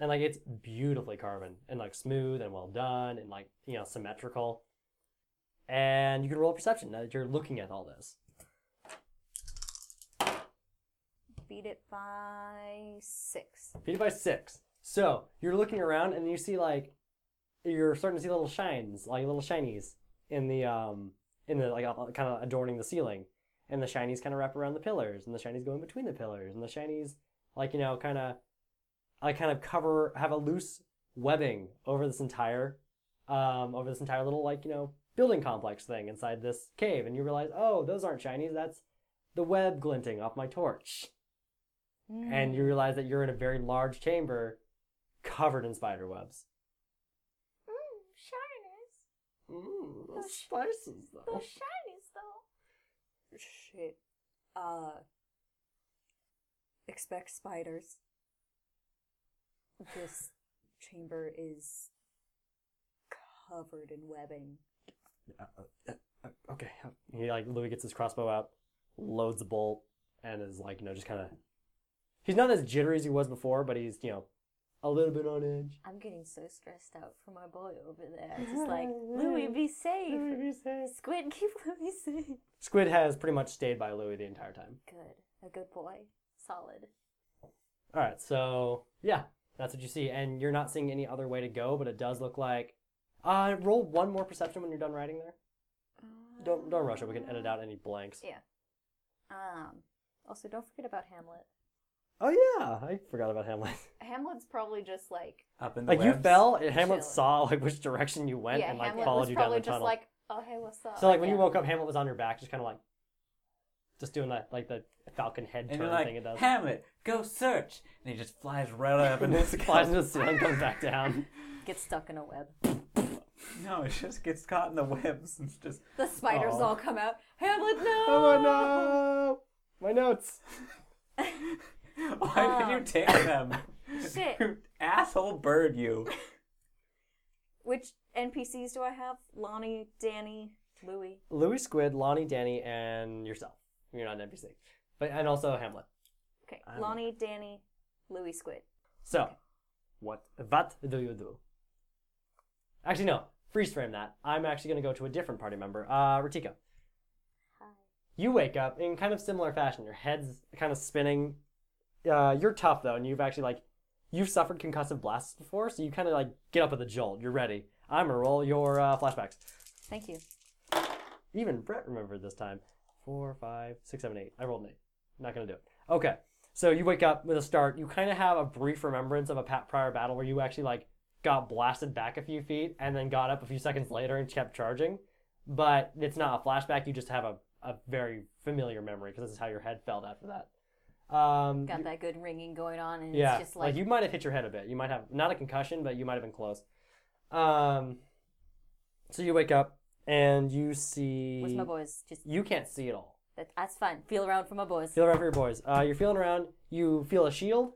and like it's beautifully carven and like smooth and well done and like you know symmetrical and you can roll perception now that you're looking at all this Beat it by six. beat it by six so you're looking around and you see like you're starting to see little shines like little shinies in the um in the like kind of adorning the ceiling and the shinies kind of wrap around the pillars and the shinies go in between the pillars and the shinies like you know kind of like kind of cover have a loose webbing over this entire um over this entire little like you know building complex thing inside this cave and you realize oh those aren't shinies that's the web glinting off my torch Mm. and you realize that you're in a very large chamber covered in spider webs Mm, shinies. Mmm, those spices Those shinies, though. Shit. Uh. Expect spiders. This chamber is covered in webbing. Uh, okay. He like Louis gets his crossbow out, loads a bolt, and is like you know just kind of. He's not as jittery as he was before, but he's you know a little bit on edge. I'm getting so stressed out for my boy over there. [laughs] It's just like Louis, be safe. Squid, [laughs] keep Louis safe. Squid has pretty much stayed by Louis the entire time. Good, a good boy, solid. All right, so yeah, that's what you see, and you're not seeing any other way to go, but it does look like. Uh, roll one more perception when you're done writing there. Don't don't rush it. We can edit out any blanks. Yeah. Um. Also, don't forget about Hamlet. Oh yeah, I forgot about Hamlet. Hamlet's probably just like Up in the Like you webs. fell, and Hamlet Chilling. saw like which direction you went, yeah. and like Hamlet followed was you down probably the just tunnel. like, oh hey, what's up? So like when you Yeah. woke up, Hamlet was on your back, just kind of like, just doing that like the falcon head And turn you're like, thing it does. Hamlet, go search. And he just flies right up [laughs] into [laughs] the sky. Flies into the ceiling, comes back [laughs] down. get stuck in a web. No, it just gets caught in the webs and it's just. [laughs] The spiders Aw. all come out. Hamlet, no! Oh no! My notes. Why did you take them? Um, [laughs] Shit. You Asshole bird, you. [laughs] Which NPCs do I have? Lonnie, Danny, Louie. Louis Squid, Lonnie, Danny, and yourself. You're not an NPC, but and also Hamlet. Okay, I'm- Lonnie, Danny, Louie, Squid. So, what what do you do? Actually, no. Freeze frame that. I'm actually going to go to a different party member, uh, Ratika. You wake up in kind of similar fashion. Your head's kind of spinning. Uh, you're tough though, and you've actually like you've suffered concussive blasts before, so you kind of like get up with a jolt. You're ready. I'm gonna roll your uh, flashbacks. Thank you. Even Brett remembered this time. Four, five, six, seven, eight. I rolled an eight. Not gonna do it. Okay. So you wake up with a start. You kind of have a brief remembrance of a pat prior battle where you actually like got blasted back a few feet and then got up a few seconds later and kept charging. But it's not a flashback. You just have a, a very familiar memory because this is how your head felt after that. Um, Got you- that good ringing going on, and yeah, it's just like, you might have hit your head a bit. You might have not a concussion, but you might have been close. Um, so you wake up and you see. "Where's my boys?" Just You can't see at all. that, that's fine. Feel around for my boys. Feel around for your boys. Uh, you're feeling around. You feel a shield,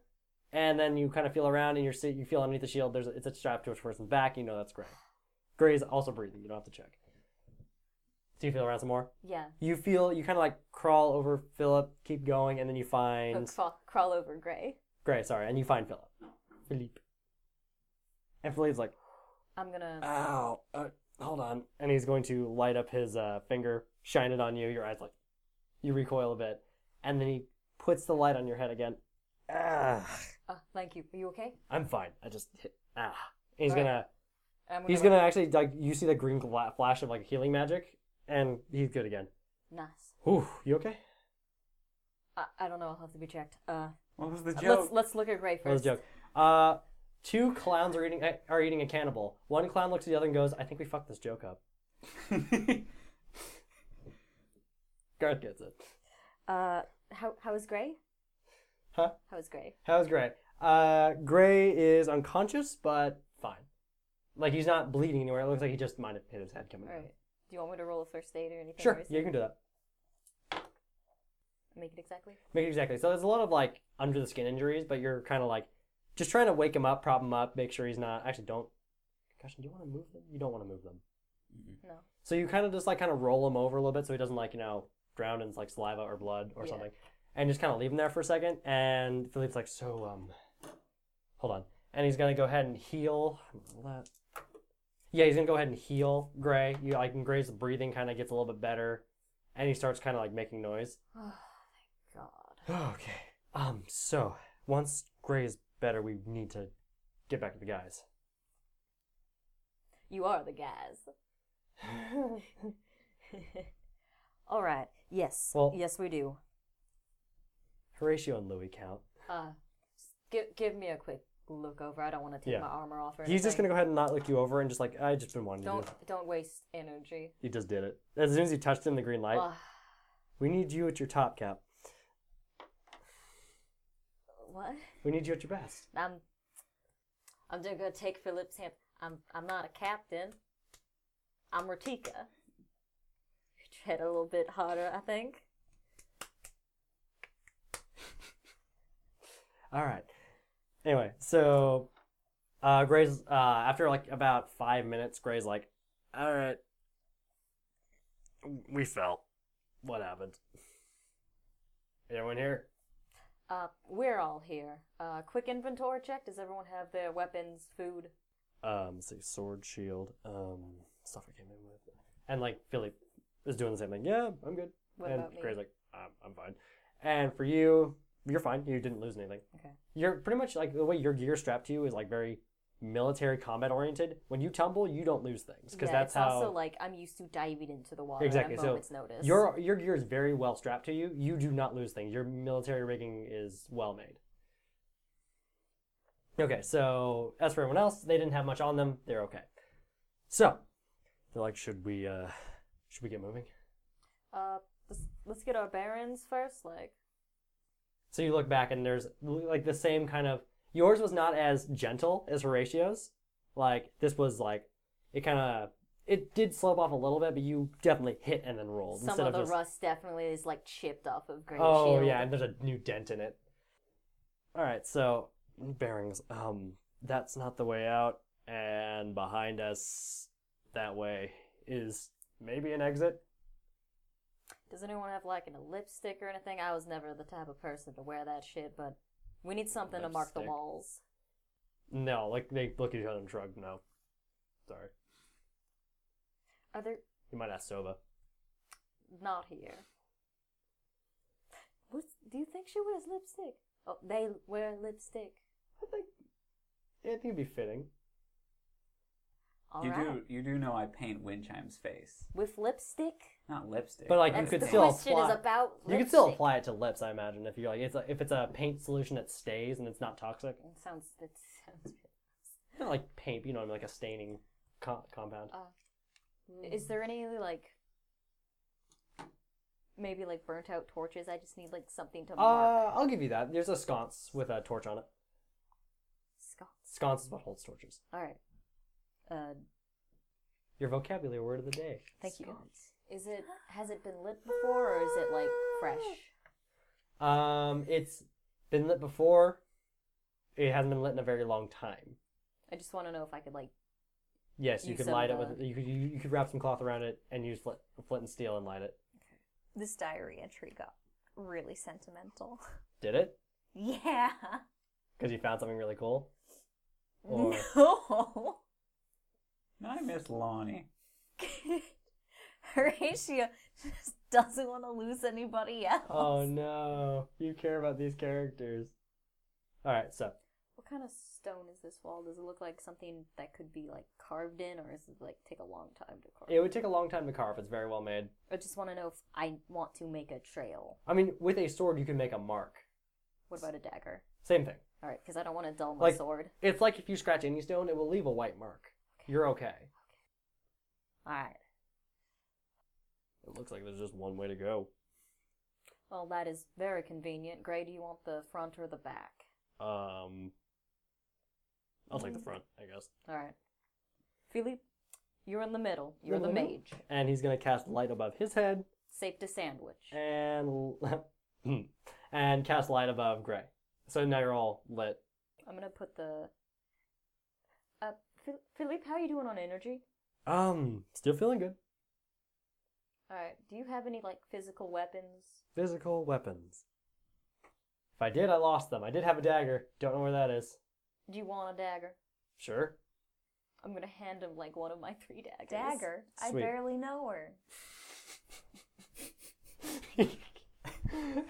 and then you kind of feel around, and you're see, you feel underneath the shield. There's a, it's a strap to a person's back. You know that's Gray. Gray's also breathing. You don't have to check. So you feel around some more. yeah, You feel you kind of like crawl over Philip, keep going, and then you go find crawl, crawl over Gray. Gray. Sorry, and you find Philip. Philippe. And Philippe's like, I'm gonna. ow, uh, hold on. And he's going to light up his uh, finger, shine it on you. Your eyes like, you recoil a bit. And then he puts the light on your head again. Ah, Uh, thank you. Are you okay? I'm fine. I just hit, ah. And he's Alright, gonna, I'm he's gonna actually, like, you see the green gla- flash of like healing magic, and he's good again. Nice. Whew, you okay? I, I don't know. I'll have to be checked. Uh, What was the [laughs] let's joke? let's look at Gray That was first. a joke. Uh, two clowns are eating are eating a cannibal. One clown looks at the other and goes, "I think we fucked this joke up." Garth gets it. Uh, how how is Gray? Huh? How is Gray? That was Gray. Uh, Gray is unconscious, but fine. Like he's not bleeding anywhere. It looks like he just might have hit his head coming. All out. right. Do you want me to roll a first aid or anything? Sure. or is Yeah, it- you can do that. Make it exactly. Make it exactly. So there's a lot of like under the skin injuries, but you're kind of like just trying to wake him up, prop him up, make sure he's not. Actually, don't. Concussion. Do you want to move them? You don't want to move them. No. So you kind of just like kind of roll him over a little bit so he doesn't like you know drown in like saliva or blood or Yeah. something, and just kind of leave him there for a second. And Philippe's like, so um, hold on, and he's gonna go ahead and heal. Let- Yeah, he's gonna go ahead and heal Gray. You like and Gray's breathing kind of gets a little bit better, and he starts kind of like making noise. Oh, thank God. Okay. Um. So once Gray is better, we need to get back to the guys. You are the guys. [laughs] All right. Yes. Well- yes, we do. Horatio and Louis count. Uh, just give give me a quick look over. I don't want to take Yeah. my armor off or anything. He's just gonna go ahead and not look you over and just like I just been wanting to do. Don't this." don't waste energy. He just did it. As soon as he touched him, the green light. Ugh, we need you at your top cap. what? We need you at your best. I'm I'm just gonna take Philip's hand. I'm I'm not a captain. I'm Ratika. Tread a little bit harder, I think. All right. Anyway, so uh, Gray's uh, after like about five minutes, Gray's like, "All right, we fell. What happened? Everyone here? Uh, we're all here. Uh, quick inventory check. Does everyone have their weapons, food? Um, say sword, shield, um, stuff I came in with, and like Philly is doing the same thing. Yeah, I'm good. What and about me? Gray's like, I'm, I'm fine. And for you, you're fine. You didn't lose anything. Okay. You're pretty much like the way your gear strapped to you is like very military combat oriented. When you tumble, you don't lose things because yeah, that's it's how also like I'm used to diving into the water Exactly, at a so moment's notice. your your gear is very well strapped to you. You do not lose things. Your military rigging is well made. Okay, so as for everyone else, they didn't have much on them. They're okay. So they're like, should we uh should we get moving? uh, let's, let's get our bearings first. Like, So you look back and there's like the same kind of yours was not as gentle as Horatio's. Like this was like it kind of it did slope off a little bit, but you definitely hit and then rolled some instead of the just, rust definitely is like chipped off of Gray's Oh shield. yeah, and there's a new dent in it. All right, so bearings. Um, that's not the way out, and behind us that way is maybe an exit. Does anyone have like an ellipse stick or anything? I was never the type of person to wear that shit, but we need something to mark the Lipstick. walls. No, like they look at each other and shrug. No, sorry, Are there you might ask Sova. not here? What do you think she wears lipstick? Oh, they wear lipstick. I think, I think it'd be fitting. All you right, do you do know I paint Windchime's face, with lipstick. not lipstick. But like That's you could the still question apply. is about. you could still lipstick. apply it to lips, I imagine. If you like, it's a, if it's a paint solution that stays and it's not toxic. It sounds. That sounds. Not like paint, you know, like a staining Uh, co- compound. Is there any like maybe like burnt out torches. I just need like something to mark. Uh, I'll give you that. There's a sconce with a torch on it. Scott. Sconce is what holds torches. All right. Uh, Your vocabulary word of the day. thank you. Is it has it been lit before or is it like fresh? Um, it's been lit before. It hasn't been lit in a very long time. I just want to know if I could like. Yes, you Use could some light it of with. You could you, you could wrap some cloth around it and use flint, flint and steel and light it. This diary entry got really sentimental. Did it? [laughs] Yeah. Because you found something really cool. Or No. I miss Lonnie. Horatio just doesn't want to lose anybody else. oh no, you care about these characters. All right, so What kind of stone is this wall? Does it look like something that could be like carved in, or is it like take a long time to carve? it would take a long time to carve. It's very well made. I just want to know if I want to make a trail. I mean, with a sword you can make a mark. What about a dagger? Same thing. All right, because I don't want to dull my Like- sword. It's like if you scratch any stone, it will leave a white mark. You're okay. All right. It looks like there's just one way to go. Well, that is very convenient. Gray, do you want the front or the back? Um, I'll Mm. take the front, I guess. All right. Philippe, you're in the middle. You're the middle? mage. And he's gonna cast light above his head Safe to sandwich. and l- [laughs] and cast light above Gray. So now you're all lit. I'm gonna put the. Uh, Phil- Philippe, how are you doing on energy? Um, still feeling good. All right. Do you have any like physical weapons? Physical weapons. If I did, I lost them. I did have a dagger. Don't know where that is. Do you want a dagger? [laughs] Sure. I'm gonna hand him like one of my three daggers. Dagger. I Sweet. barely know her.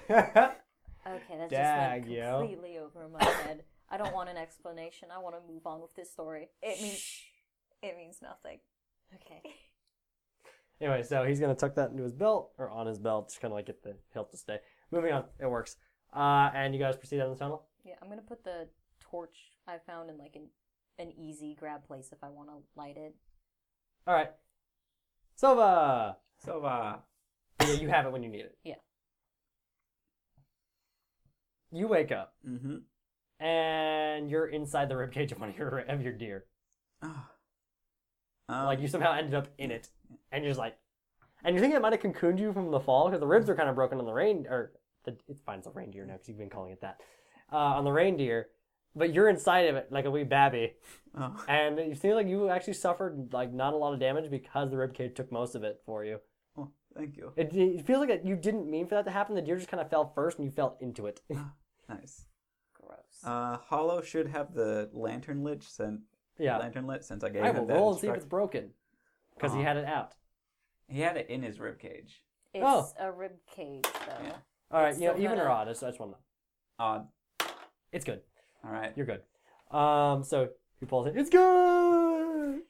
Okay, that Dag, just yo. went completely over my head. I don't want an explanation. I want to move on with this story. It means it means nothing. [laughs] Okay. Anyway, so he's gonna tuck that into his belt or on his belt, just kind of like get the hilt to stay. Moving on, it works. Uh, and you guys proceed down the tunnel. Yeah, I'm gonna put the torch I found in like an an easy grab place if I want to light it. All right, Silva. So, uh, Yeah, you have it when you need it. Yeah. You wake up mm-hmm. and you're inside the ribcage of one of your of your deer. Ah. Um, like you somehow ended up in it, and you're just like, and you're thinking it might have cocooned you from the fall because the ribs are kind of broken on the rein or the, it's fine, it's a reindeer now because you've been calling it that uh, on the reindeer, but you're inside of it like a wee babby, oh, and you seem like you actually suffered like not a lot of damage because the ribcage took most of it for you. oh, thank you. It, it feels like that you didn't mean for that to happen. The deer just kind of fell first, and you fell into it. [laughs] Nice. Gross. Uh, Hollow should have the lantern lit since yeah, lantern lit since I gave I him will that roll and see if instruct- it's broken because he Uh-huh. had it out. He had it in his ribcage. it's oh. a rib cage though. Yeah. All right, It's you know, still even or gonna- odd. I just, I just want to know. Odd. It's good. All right. You're good. Um, so he pulls it. It's good.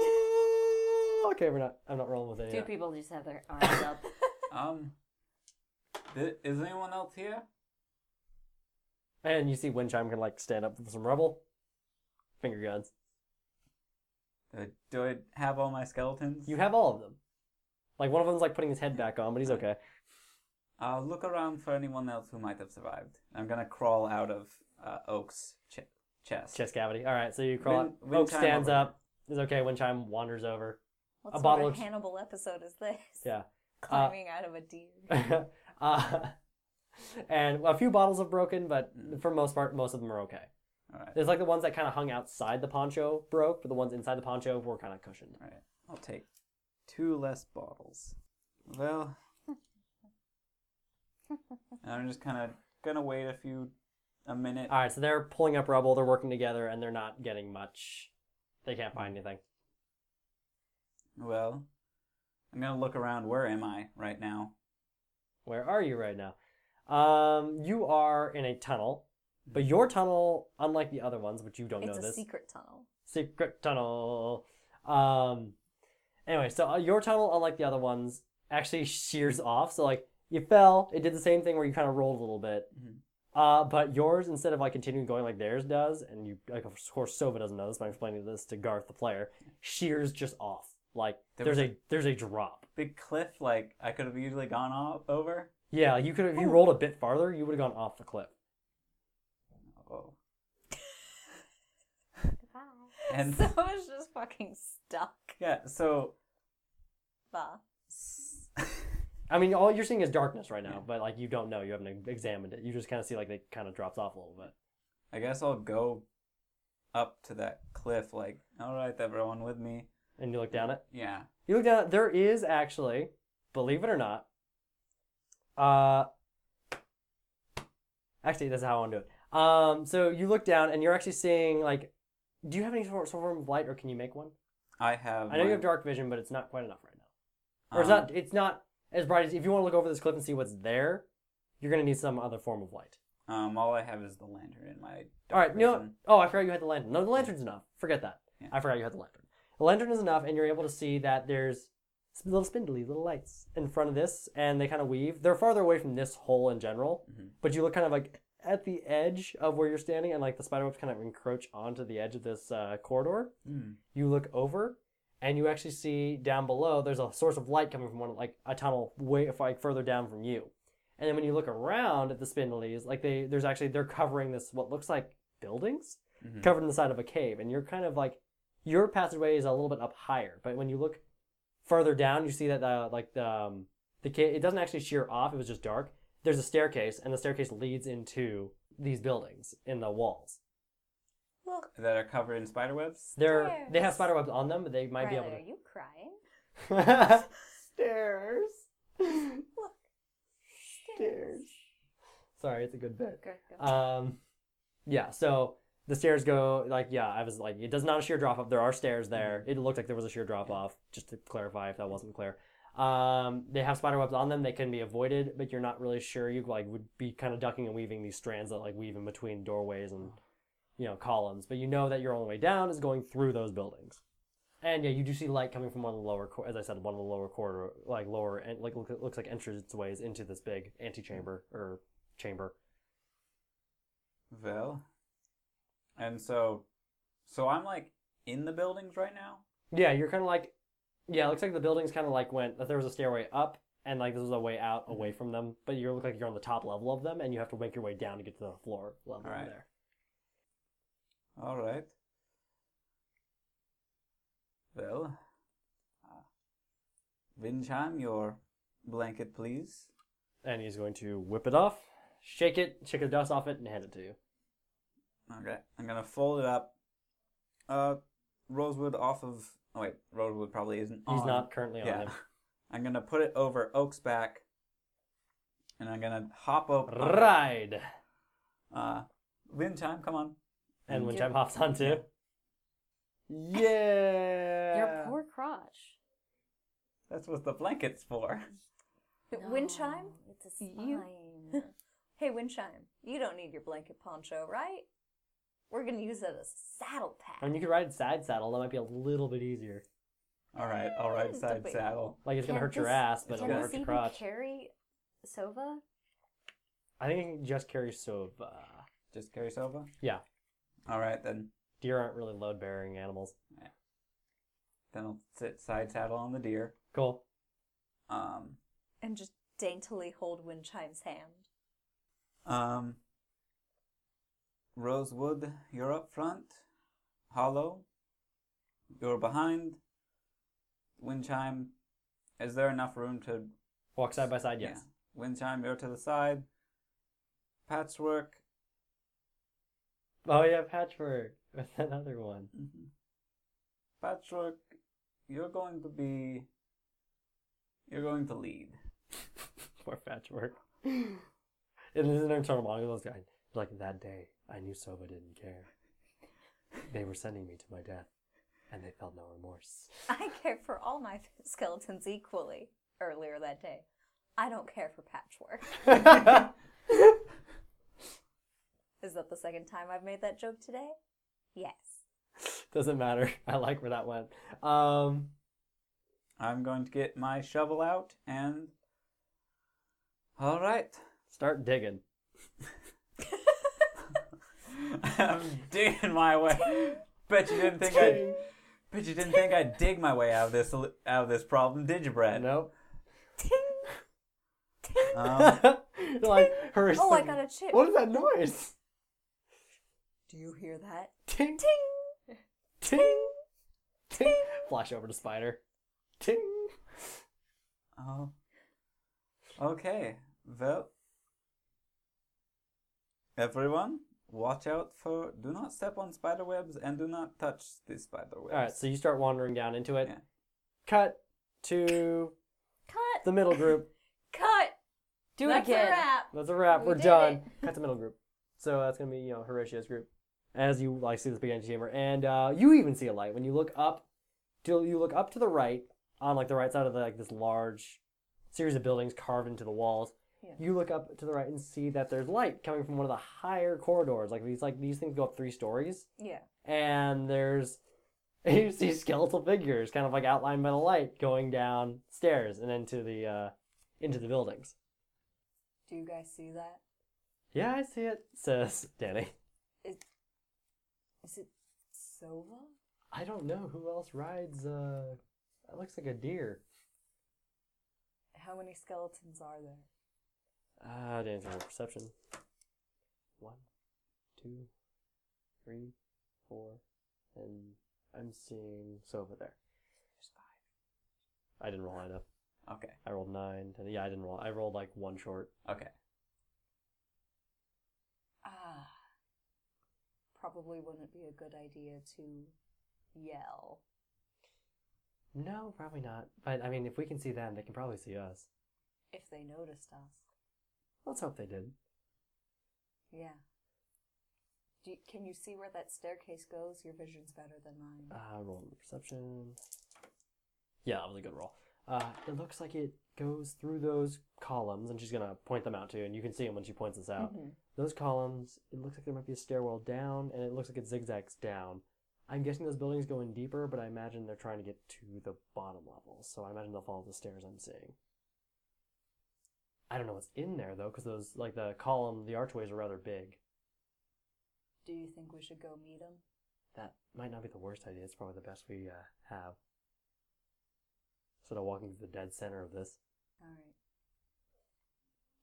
Go. Okay, we're not. I'm not rolling with it. Two yet. people just have their [laughs] arms up. Um, th- is anyone else here? And you see Windchime can like stand up from some rubble. Finger guns. Uh, do I have all my skeletons? You have all of them. Like one of them's like putting his head back on, but he's okay. I'll look around for anyone else who might have survived. I'm gonna crawl out of uh, Oak's ch- chest. Chest cavity. All right, so you crawl. Win- out. Oak Windchime stands over. up. Is okay. Windchime wanders over. What sort bottle of of- Hannibal episode is this? Yeah. Climbing out of a deer. [laughs] uh, and a few bottles have broken, but for most part, most of them are okay. All right. There's like the ones that kind of hung outside the poncho broke, but the ones inside the poncho were kind of cushioned. All right. I'll take two less bottles. Well, I'm just kind of gonna wait a few, a minute. All right, so they're pulling up rubble, they're working together, and they're not getting much. They can't find anything. Well, I'm gonna look around. Where am I right now? Where are you right now? Um, you are in a tunnel, but your tunnel, unlike the other ones, which you don't It's know a this, secret [laughs] tunnel. secret tunnel. Um, anyway, so uh, your tunnel, unlike the other ones, actually shears off. So like you fell, it did the same thing where you kind of rolled a little bit. Mhm. Uh, but yours, instead of like continuing going like theirs does, and you like of course Sova doesn't know this, but I'm explaining this to Garth the player, shears just off Like There there's was a there's a drop. Big cliff, like I could have easily gone off over. Yeah, you could if you rolled a bit farther, you would have gone off the cliff. [laughs] Oh. Goodbye. And so I was just fucking stuck. yeah, so Bah. I mean, all you're seeing is darkness right now, but like you don't know, you haven't examined it. You just kind of see like it kind of drops off a little bit. I guess I'll go up to that cliff. Like, all right, everyone with me. And you look down it. Yeah. You look down. There is actually, believe it or not. Uh, actually, that's how I want to do it. Um, so you look down, and you're actually seeing like, do you have any sort sort of form of light, or can you make one? I have. I know you my- have dark vision, but it's not quite enough right now. Or it's um, not. It's not as bright as if you want to look over this cliff and see what's there. You're gonna need some other form of light. Um, all I have is the lantern in my. All right, dark no. vision. Oh, I forgot you had the lantern. No, the lantern's enough. Forget that. Yeah. I forgot you had the lantern. The lantern is enough, and you're able to see that there's s- little spindly little lights in front of this, and they kind of weave. They're farther away from this hole in general, Mhm. but you look kind of like at the edge of where you're standing, and like the spider webs kind of encroach onto the edge of this uh, corridor. Hmm. You look over, and you actually see down below. There's a source of light coming from one, like a tunnel way if like further down from you. And then when you look around at the spindlies, like they there's actually they're covering this what looks like buildings Mhm. covered in the side of a cave, and you're kind of like your passageway is a little bit up higher, but when you look further down, you see that the like the um, the cave it doesn't actually sheer off; it was just dark. There's a staircase, and the staircase leads into these buildings in the walls. Look, That are covered in spider webs. They're they Stairs. have spider webs on them, but they might Riley, be able are you [laughs] crying? to. Stairs. look. Stairs. Sorry, it's a good bit. Good, good. Um, yeah. So the stairs go like yeah. I was like, it does not a sheer drop off. There are stairs there. It looked like there was a sheer drop off. Just to clarify, if that wasn't clear. Um, they have spider webs on them. They can be avoided, but you're not really sure. You like would be kind of ducking and weaving these strands that like weave in between doorways and you know columns. But you know that your only way down is going through those buildings. And yeah, you do see light coming from one of the lower, cor- as I said, one of the lower corridor, like lower, and like look- looks like entrance ways into this big antechamber or chamber. Well. And so, so I'm like in the buildings right now. Yeah, you're kind of like, yeah, it looks like the buildings kind of like went, that there was a stairway up, and like this was a way out Mm-hmm. away from them, but you look like you're on the top level of them, and you have to make your way down to get to the floor level Alright. there. All right. Well, uh, Wincham, your blanket, please. And he's going to whip it off, shake it, shake the dust off it, and hand it to you. Okay, I'm gonna fold it up. Uh, Rosewood off of. Oh wait, Rosewood probably isn't. He's on. not currently on Yeah. him. [laughs] I'm gonna put it over Oak's back, and I'm gonna hop up. Ride! Uh, win time, come on. Mm. And when Jim hops on too. Yeah! Your poor crotch. That's what the blanket's for. Wind chime? No, It's a You- spine. Hey, wind chime. You don't need your blanket poncho, right? We're gonna use it as a saddle pack. And you can ride side saddle, that might be a little bit easier. All right, all right, Mm, side debatable. saddle. Like it's gonna Can hurt your this- ass, but it's it Can won't gonna this hurt your even crotch. carry Sova? I think it can just carry Sova. Just carry Sova. Yeah, All right, then. deer aren't really load bearing animals. Then I'll sit side saddle on the deer. Cool. Um, And just daintily hold Windchime's hand. [laughs] um. Rosewood, you're up front. Hollow, you're behind. Windchime, is there enough room to Walk side by side, Uh, yes. Yeah. Wind chime, you're to the side. Patchwork. Oh yeah, patchwork. [laughs] That's another one. mm-hmm. Patchwork, you're going to be. You're going to lead. Poor patchwork. [laughs] and this is an internal monologue. This guy, like that day, I knew Sova didn't care. They were sending me to my death, and they felt no remorse. [laughs] I cared for all my [laughs] skeletons equally earlier that day. I don't care for patchwork. Is that the second time I've made that joke today? Yes. Doesn't matter. I like where that went. Um, I'm going to get my shovel out and. All right. [laughs] start digging. I'm digging my way. Bet you didn't think I. But you didn't think I'd dig my way out of this out of this problem, did you, Brad? Nope. [laughs] Um, like her. Oh, I singing. got a chip. What is that noise? Do you hear that? Ting ting ting ting. Flash over to Spider. Ting. oh. Okay. Well, everyone, watch out for. Do not step on spider webs and do not touch the spider webs. All right, so you start wandering down into it. Yeah. Cut to Cut. the middle group. Cut. Do That's it again. a wrap. That's a wrap. We We're did done. That's a middle group. So that's gonna be you know Horatio's group. As you like see this big energy chamber, and uh, you even see a light when you look up. Till you look up to the right on like the right side of the, like this large series of buildings carved into the walls. Yeah. You look up to the right and see that there's light coming from one of the higher corridors. Like these like these things go up three stories, Yeah. and there's [laughs] you see skeletal figures kind of like outlined by the light going down stairs and into the uh, into the buildings. Do you guys see that? Yeah, I see it, says [laughs] Danny. Is it Sova? I don't know who else rides. Uh, it looks like a deer. How many skeletons are there? Ah, uh, Danny's roll perception. One, two, three, four, and I'm seeing Sova there. There's five. I didn't roll high enough. Okay. I rolled nine. Ten, yeah, I didn't roll. I rolled like one short. Okay. Ah. Probably wouldn't be a good idea to yell. No, probably not. But I mean, if we can see them, they can probably see us. If they noticed us. Let's hope they did. Yeah. Do you, can you see where that staircase goes? Your vision's better than mine. Uh, roll the perception. Yeah, that was a good roll. Uh, it looks like it goes through those columns, and she's gonna point them out to you, and you can see them when she points this out. Mhm. Those columns. It looks like there might be a stairwell down, and it looks like it zigzags down. I'm guessing those buildings go in deeper, but I imagine they're trying to get to the bottom level, so I imagine they'll follow the stairs I'm seeing. I don't know what's in there though, because those like the column, the archways are rather big. Do you think we should go meet him? That might not be the worst idea. It's probably the best we uh, have. Instead of walking through the dead center of this. All right.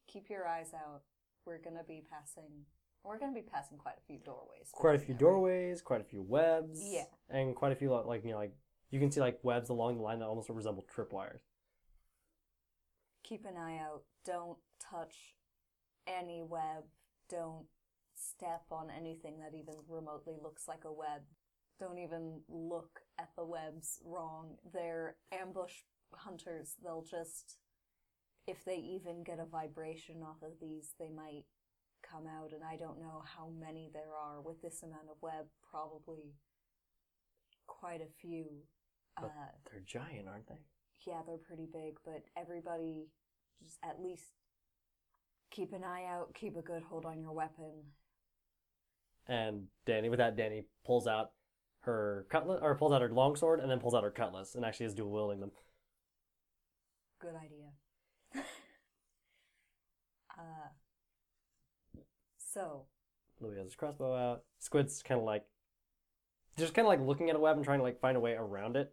Keep your eyes out. We're gonna be passing. We're gonna be passing quite a few doorways. Quite a between few every- doorways, quite a few webs. Yeah. And quite a few, like, like, you know, like, you can see, like, webs along the line that almost resemble tripwires. Keep an eye out. Don't touch any web. Don't step on anything that even remotely looks like a web. Don't even look at the webs wrong. They're ambush hunters. They'll just, if they even get a vibration off of these, they might come out. And I don't know how many there are with this amount of web. Probably quite a few. But Uh, they're giant, aren't they? yeah, they're pretty big, but everybody just at least keep an eye out, keep a good hold on your weapon. And Danny, with that, Danny pulls out her cutlass, or pulls out her longsword, and then pulls out her cutlass, and actually is dual wielding them. Good idea. [laughs] uh, so, Louis has his crossbow out. Squid's kind of like, just kind of like looking at a web and trying to like find a way around it.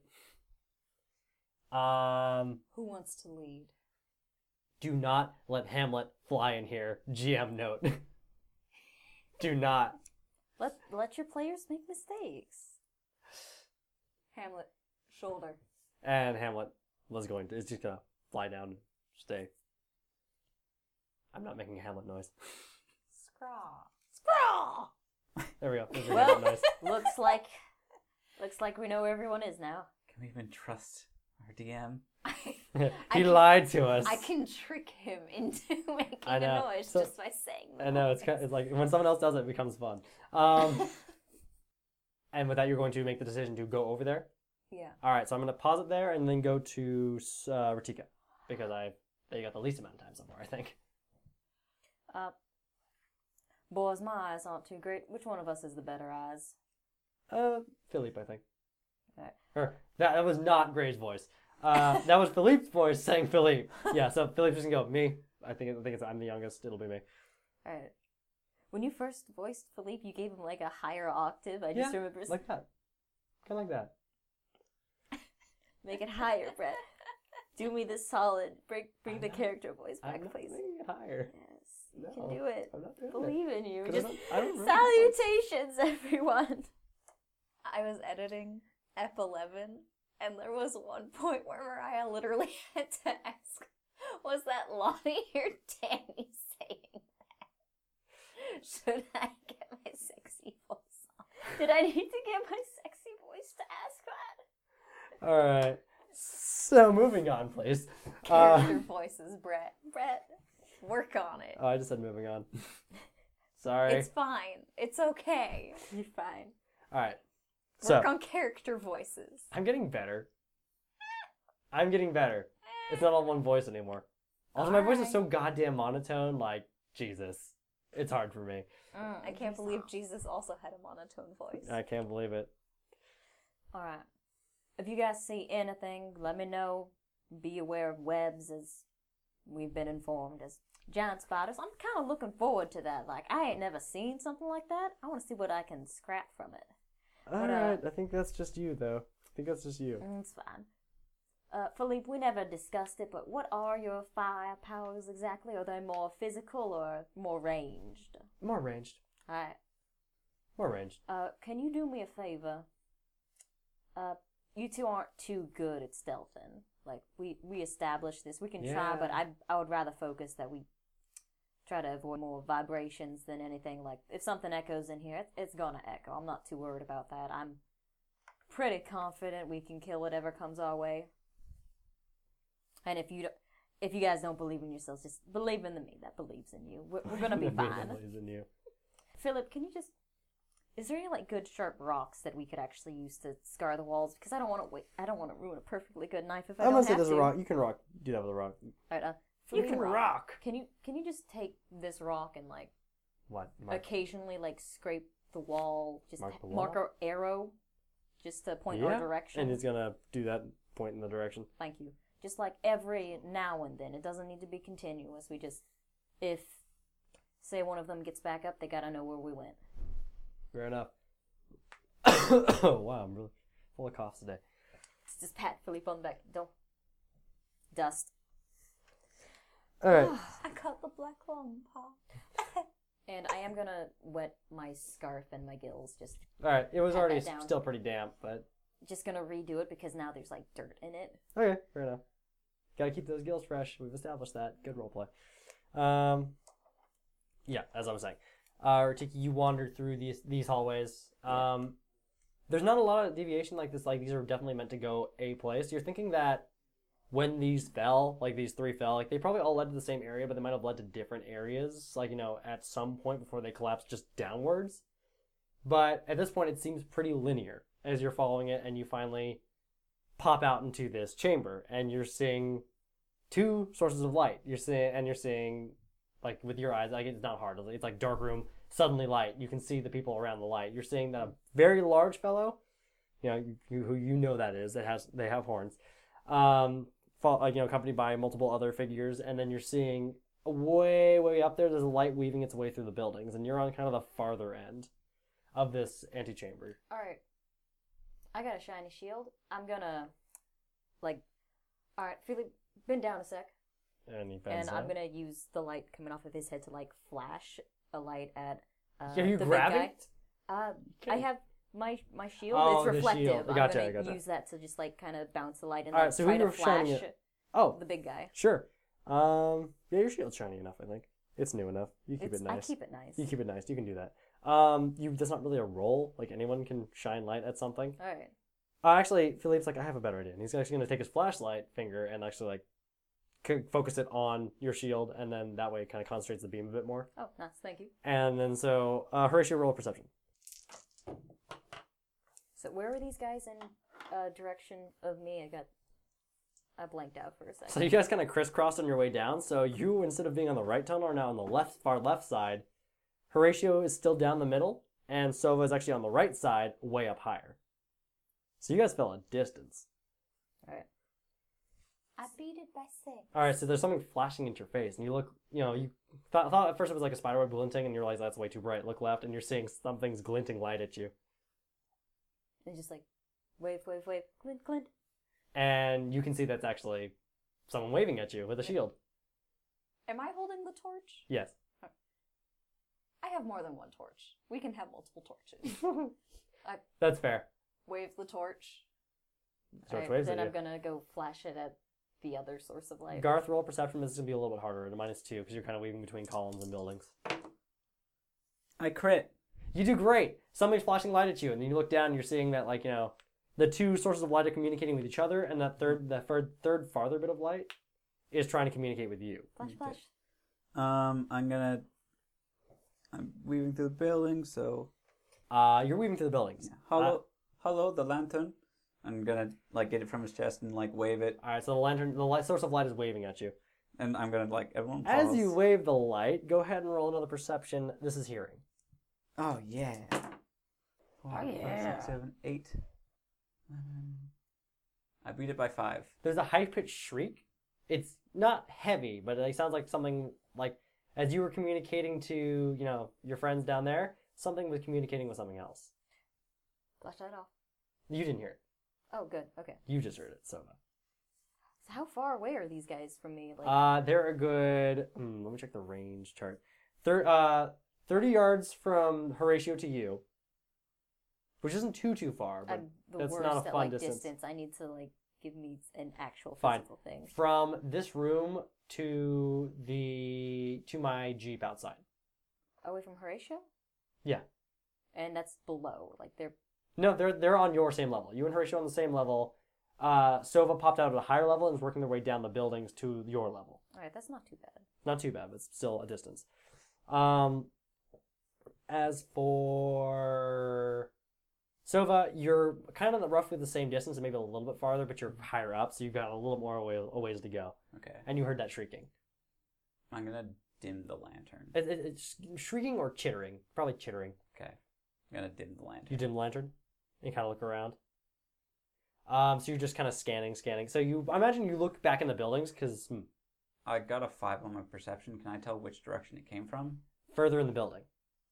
Um, who wants to lead? do not let Hamlet fly in here. GM note. [laughs] do not. Let let your players make mistakes. Hamlet, shoulder. And Hamlet was going to. It's just gonna fly down and stay. I'm not making a Hamlet noise. [laughs] Scraw. Sprawl. There we go. There's your Well- Hamlet noise. [laughs] looks like looks like we know where everyone is now. Can we even trust our DM? he can- lied to us. I can trick him into making I a know. noise So- just by saying I know it's kind it's like when someone else does it, it becomes fun. Um, and with that, you're going to make the decision to go over there. Yeah. All right, so I'm going to pause it there and then go to uh, Ratika because I they got the least amount of time so far, I think. Uh, boys, my eyes aren't too great. Which one of us is the better eyes? Uh, Philippe, I think. All right. Or that, that was not Gray's voice. Uh, [laughs] that was Philippe's voice saying Philippe. Yeah, so Philippe's just gonna go me. I think I think it's I'm the youngest. It'll be me. All right. When you first voiced Philippe, you gave him like a higher octave. I just [laughs] Yeah, remember. like that, kind of like that. Make it higher, Brett. Do me this solid. Bring bring the character voice back, I'm not please. making it higher. Yes, you can No, do it. I'm not doing it. Believe in you. 'Cause I Just don't- I don't remember the salutations, [laughs] everyone. I was editing F eleven, and there was one point where Mariah literally [laughs] had to ask, "Was that Lonnie or Danny saying that? Should I get my sexy voice on? Did I need to get my sexy voice to ask that?" All right. So moving on, please. Character Uh, [laughs] voices, Brett. Brett, work on it. oh, I just said [laughs] moving on. Sorry. It's fine. It's okay. You're fine. All right. So Work on character voices. I'm getting better. I'm getting better. It's not all one voice anymore. Also, my voice is Alright. so goddamn monotone. Like Jesus, it's hard for me. I can't believe Jesus also had a monotone voice. I can't believe it. All right. If you guys see anything, let me know. Be aware of webs, as we've been informed, as giant spiders. I'm kind of looking forward to that. Like, I ain't never seen something like that. I want to see what I can scrap from it. All uh, right. I think that's just you, though. I think that's just you. Mm, It's fine. Uh, Philippe, we never discussed it, but what are your fire powers exactly? Are they more physical or more ranged? More ranged. Alright. More ranged. Uh, can you do me a favor? Uh, you two aren't too good at stealthing. Like we we established this. We can try, but I I would rather focus that we try to avoid more vibrations than anything. Like if something echoes in here, it's, it's gonna echo. I'm not too worried about that. I'm pretty confident we can kill whatever comes our way. And if you don't, if you guys don't believe in yourselves, just believe in the me that believes in you. We're, [laughs] we're gonna be fine. Isn't you? Philip, can you just? Is there any like good sharp rocks that we could actually use to scar the walls? Because I don't want to wait. I don't want to ruin a perfectly good knife if I Unless don't it have is to. a rock, you can rock. Do that with a rock. All right, uh, Philip, Can you can you just take this rock and like What? Mark? occasionally like scrape the wall? Just Mark h- the mark wall? our arrow, just to point Yeah, our direction. And he's gonna do that point in the direction. Thank you. Just like every now and then. It doesn't need to be continuous. We just if say one of them gets back up, they gotta know where we went. Fair enough. [coughs] wow, I'm really full of coughs today. Just pat Philippe on the back. Don't dust. All right. [laughs] I got the black lung pop. [laughs] And I am gonna wet my scarf and my gills. Just All right. It was Pat already that down. still pretty damp, but just gonna redo it because now there's like dirt in it. okay, fair enough. Gotta keep those gills fresh. We've established that. Good role play. Um, yeah, as I was saying, uh, Ratiki, you wander through these these hallways. Um, there's not a lot of deviation like this. Like these are definitely meant to go a place. You're thinking that when these fell, like these three fell, like they probably all led to the same area, but they might have led to different areas. Like you know, at some point before they collapsed, just downwards. But at this point, it seems pretty linear as you're following it, and you finally pop out into this chamber, and you're seeing two sources of light. You're seeing, and you're seeing, like with your eyes, like it's not hard. It's like dark room, suddenly light. You can see the people around the light. You're seeing that a very large fellow, you know, you, who you know that is that has they have horns, um, fol- like you know, accompanied by multiple other figures, and then you're seeing way, way up there. There's a light weaving its way through the buildings, and you're on kind of the farther end of this antechamber. All right. I got a shiny shield. I'm gonna like. All right, Philippe, bend down a sec, And, he and bends down. I'm gonna use the light coming off of his head to like flash a light at. Uh, Are you the big grabbing? guy. Uh, I have my my shield. Oh, it's the shield. reflective. I'm Gotcha, gonna gotcha. use that to just like kind of bounce the light and All like, right, so try we to were shining flash it. Oh, the big guy. Sure. Um, yeah, your shield's shiny enough. I think it's new enough. You keep It's- it nice. I keep it nice. You keep it nice. You can do that. Um, you that's not really a role. Like anyone can shine light at something. All right. Uh, actually, Philippe's like, I have a better idea, and he's actually gonna take his flashlight finger and actually like c- focus it on your shield, and then that way it kind of concentrates the beam a bit more. Oh, nice. Thank you. And then so, uh, Horatio, roll a perception. So where were these guys in uh, direction of me? I got I blanked out for a second. So you guys kind of crisscrossed on your way down. So you, instead of being on the right tunnel, are now on the left, far left side. Horatio is still down the middle, and Sova is actually on the right side, way up higher. So you guys fell a distance. All right. I beat it by six. All right, so there's something flashing into your face, and you look, you know, you thought, thought at first it was like a spiderweb glinting, and you realize that's way too bright. Look left, and you're seeing something's glinting light at you. And just like wave, wave, wave, glint, glint. and you can see that's actually someone waving at you with a shield. Am I holding the torch? Yes. I have more than one torch. We can have multiple torches. That's fair. Wave the torch. George Alright, waves then at I'm you. gonna go flash it at the other source of light. Garth, roll perception. This is gonna be a little bit harder at a minus two because you're kind of weaving between columns and buildings. I crit. You do great. Somebody's flashing light at you, and then you look down and you're seeing that like you know, the two sources of light are communicating with each other, and that third, that third, third farther bit of light is trying to communicate with you. flash, flash. Um, I'm gonna. I'm weaving through the building, so Uh, you're weaving through the buildings. Uh, hello, Ah. hello, the lantern. I'm gonna like get it from his chest and like wave it, All right, so the lantern, the light, source of light is waving at you. and I'm gonna like everyone. As pause. you wave the light, go ahead and roll another perception. This is hearing. Oh yeah. Four, five, six, Oh, yeah. seven, eight. Um, I beat it by five. There's a high pitched shriek. It's not heavy, but it like, sounds like something like as you were communicating to you know your friends down there, something was communicating with something else. Flash that off. You didn't hear it. Oh, good. Okay. You just heard it. So. So how far away are these guys from me? Like, Uh, they're a good. Hmm, let me check the range chart. Thir- uh, thirty yards from Horatio to you, which isn't too too far. But I'm the that's worst not a at fun like distance. I need to like give me an actual Fine. physical thing. from this room to the to my jeep outside. Away from Horatio. Yeah. And that's below. Like they're No, they're they're on your same level. You and Horatio are on the same level. Uh, Sova popped out at a higher level and is working their way down the buildings to your level. all right. That's not too bad. [laughs] Not too bad, but it's still a distance. Um, as for Sova, you're kind of roughly the same distance, and maybe a little bit farther, but you're higher up, so you've got a little more away, a ways to go. Okay. And you heard that shrieking. I'm gonna dim the lantern. It, it, it's shrieking or chittering, probably chittering. Okay. I'm gonna dim the lantern. You dim the lantern and kind of look around. Um, so you're just kind of scanning, scanning. So you, I imagine you look back in the buildings hmm, because I got a five on my perception. Can I tell which direction it came from? further in the building.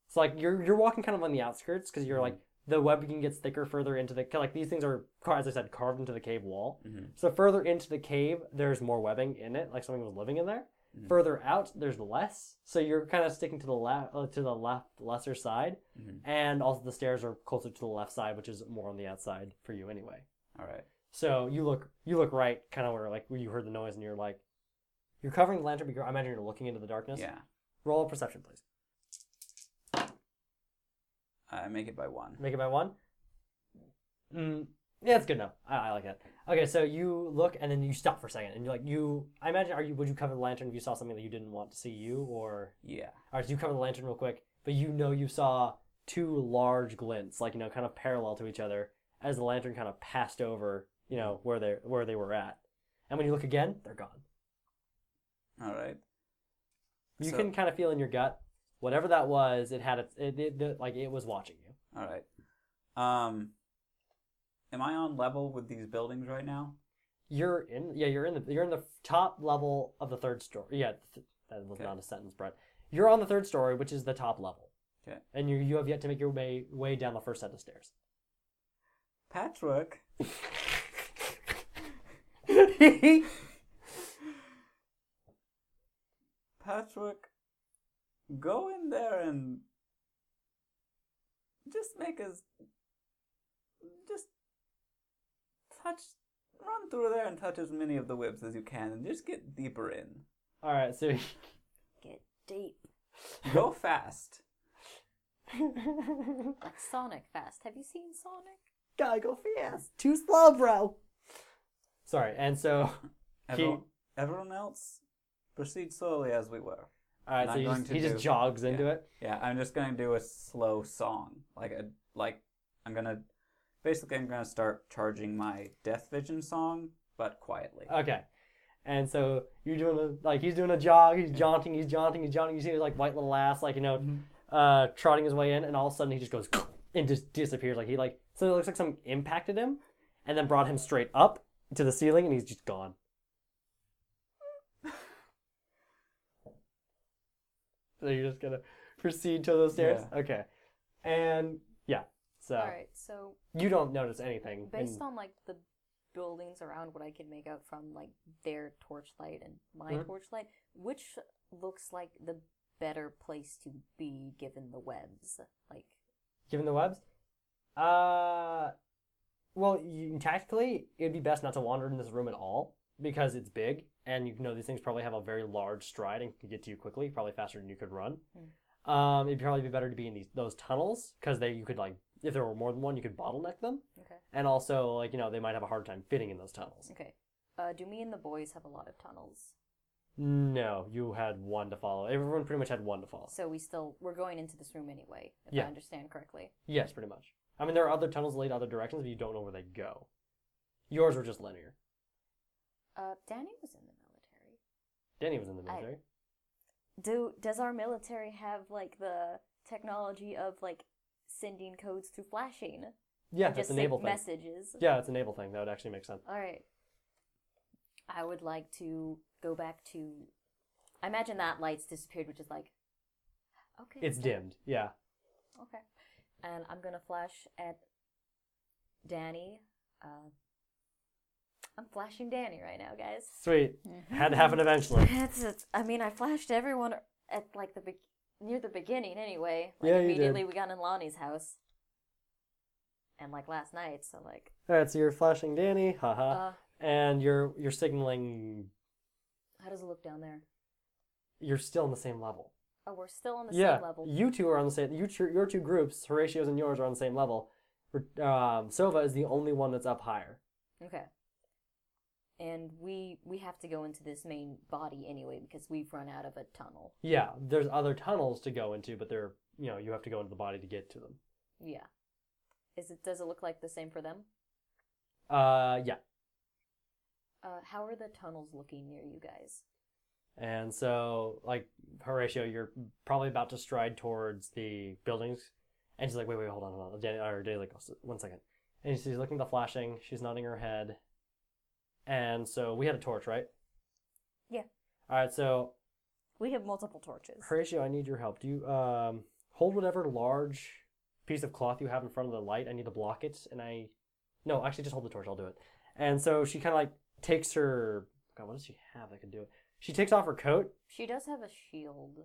It's like you're you're walking kind of on the outskirts because you're like the webbing gets thicker further into the like these things are car- as I said carved into the cave wall. Mhm. So further into the cave, there's more webbing in it, like something was living in there. Further out, there's less. So you're kind of sticking to the left, uh, to the left, lesser side, Mhm. and also the stairs are closer to the left side, which is more on the outside for you anyway. All right. So you look you look right, kind of where like where you heard the noise, and you're like, you're covering the lantern. But you're, I imagine you're looking into the darkness. Yeah. Roll a perception, please. I make it by one. Make it by one. Mm, yeah, that's good enough. I, I like that. Okay, so you look and then you stop for a second, and you're like, you. I imagine, are you? Would you cover the lantern if you saw something that you didn't want to see you, or? Yeah. All right, so you cover the lantern real quick, but you know you saw two large glints, like you know, kind of parallel to each other, as the lantern kind of passed over, you know, where they where they were at, and when you look again, they're gone. All right. You So- can kind of feel in your gut, whatever that was, it had its, it, it, it like it was watching you. All right. Um, am I on level with these buildings right now? You're in, yeah, you're in the, you're in the top level of the third story. Yeah, th- that was Okay. not a sentence, Brett. You're on the third story, which is the top level. Okay. And you you have yet to make your way way down the first set of stairs. Patchwork. Patchwork, go in there and just make us just touch, run through there and touch as many of the webs as you can, and just get [laughs] deeper in. All right, so Get deep. Go fast. Uh, Like Sonic fast. Have you seen Sonic? gotta go fast. Too slow, bro. Sorry, and so Everyone, everyone else, proceed slowly as we were. all right, And so I'm you going just, to he do- just jogs into yeah. it. Yeah, I'm just gonna do a slow song, like a like. I'm gonna basically I'm gonna start charging my Death Vision song, but quietly. Okay. And so you're doing a like he's doing a jog, he's jaunting, he's jaunting, he's jaunting. You see his like white little ass, like you know, uh, trotting his way in, and all of a sudden he just goes [clears throat] and just disappears. Like he like so it looks like something impacted him, and then brought him straight up to the ceiling, and he's just gone. [laughs] so you're just gonna proceed to those stairs, okay? And yeah, so All right. So you don't notice anything. based and- on like the buildings around what I could make out from like their torchlight and my Mm-hmm. torchlight, which looks like the better place to be given the webs. Like Given the webs? Uh, well, you, tactically, it'd be best not to wander in this room at all because it's big, and you know these things probably have a very large stride and can get to you quickly, probably faster than you could run. Um, it'd probably be better to be in these those tunnels because they you could like if there were more than one, you could bottleneck them, okay, and also like you know they might have a hard time fitting in those tunnels. okay. Uh, do me and the boys have a lot of tunnels? No, you had one to follow. Everyone pretty much had one to follow. So we still we're going into this room anyway, if Yeah. I understand correctly. Yes, pretty much. I mean, there are other tunnels that lead other directions, but you don't know where they go. Yours were just linear. Uh, Danny was in the military. Danny was in the I- military. Do does our military have like the technology of like sending codes through flashing? Yeah, Just that's a send naval thing. messages. Yeah, it's a naval thing. That would actually make sense. All right. I would like to go back to. I imagine that light's disappeared, which is like. Okay. It's dimmed. Yeah. Okay. And I'm gonna flash at Danny. Uh, I'm flashing Danny right now, guys. Sweet. Had to happen eventually. That's it. I mean, I flashed everyone at like the be- near the beginning anyway. Like Yeah, you did. immediately we got in Lonnie's house. And like last night, so like All right, so you're flashing Danny, haha, uh, and you're you're signaling how does it look down there? you're still on the same level. Oh, we're still on the yeah, same level. you two are on the same. You two, your two groups, Horatio's and yours, are on the same level. Re- Um, Sova is the only one that's up higher. Okay. And we we have to go into this main body anyway because we've run out of a tunnel. Yeah, there's other tunnels to go into, but they're you know you have to go into the body to get to them. Yeah. Is it does it look like the same for them? Uh, yeah. Uh, how are the tunnels looking near you guys? And so, like Horatio, you're probably about to stride towards the buildings, and she's like, "Wait, wait, hold on, hold on." Dan, or Danny's like, "Oh, s- "One second. And she's looking at the flashing. She's nodding her head. And so we had a torch, right? Yeah. All right. So We have multiple torches. Horatio, I need your help. Do you um hold whatever large piece of cloth you have in front of the light? I need to block it, and I no, actually, just hold the torch. I'll do it. And so she kind of like takes her. God, what does she have that can do it? She takes off her coat She does have a shield.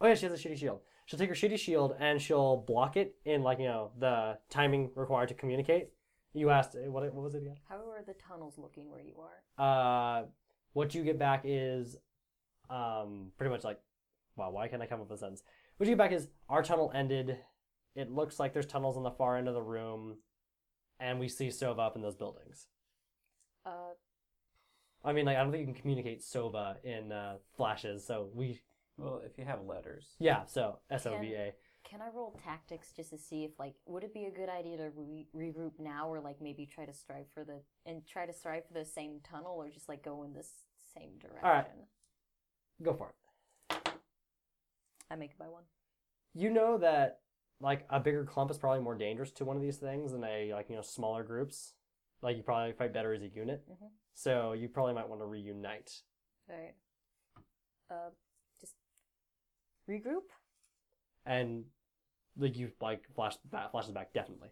Oh yeah, she has a shitty shield. She'll take her shitty shield and she'll block it in like you know the timing required to communicate. You asked eh, what? What was it again? How are the tunnels looking where you are? Uh, what you get back is, um, pretty much like, wow. Why can't I come up with a sentence? What you get back is our tunnel ended. It looks like there's tunnels on the far end of the room, and we see Sova up in those buildings. Uh, I mean, like I don't think you can communicate Sova in uh, flashes. So we, Well, if you have letters. yeah. So S O V A. can I roll tactics just to see if like would it be a good idea to re- regroup now or like maybe try to strive for the and try to strive for the same tunnel or just like go in this same direction? right. Go for it. I make it by one. you know that like a bigger clump is probably more dangerous to one of these things than a like you know smaller groups. Like you probably fight better as a unit. Mhm. So you probably might want to reunite. All right. Uh, just regroup. And like you like flash back, flashes back definitely.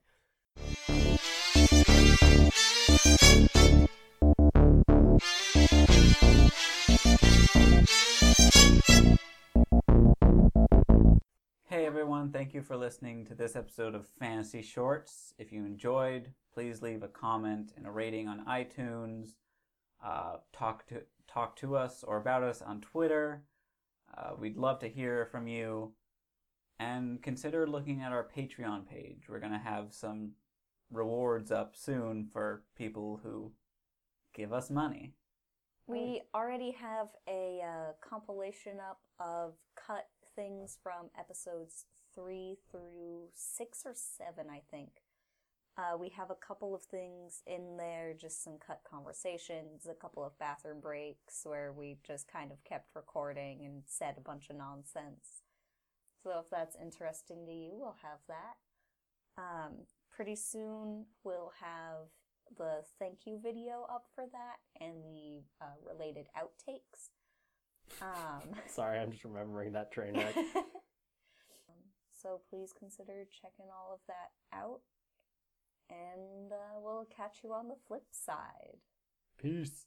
Hey everyone, thank you for listening to this episode of Fantasy Shorts. If you enjoyed, please leave a comment and a rating on iTunes. Uh, talk to talk to us or about us on Twitter. Uh, we'd love to hear from you. And consider looking at our Patreon page. We're gonna have some rewards up soon for people who give us money. We already have a uh, compilation up of cut things from episodes three through six or seven, I think. Uh, we have a couple of things in there, just some cut conversations, a couple of bathroom breaks where we just kind of kept recording and said a bunch of nonsense. So if that's interesting to you, we'll have that. Um, pretty soon, we'll have the thank you video up for that and the uh, related outtakes. Um, Sorry, I'm just remembering that [laughs] train wreck. so please consider checking all of that out. and uh, we'll catch you on the flip side. Peace.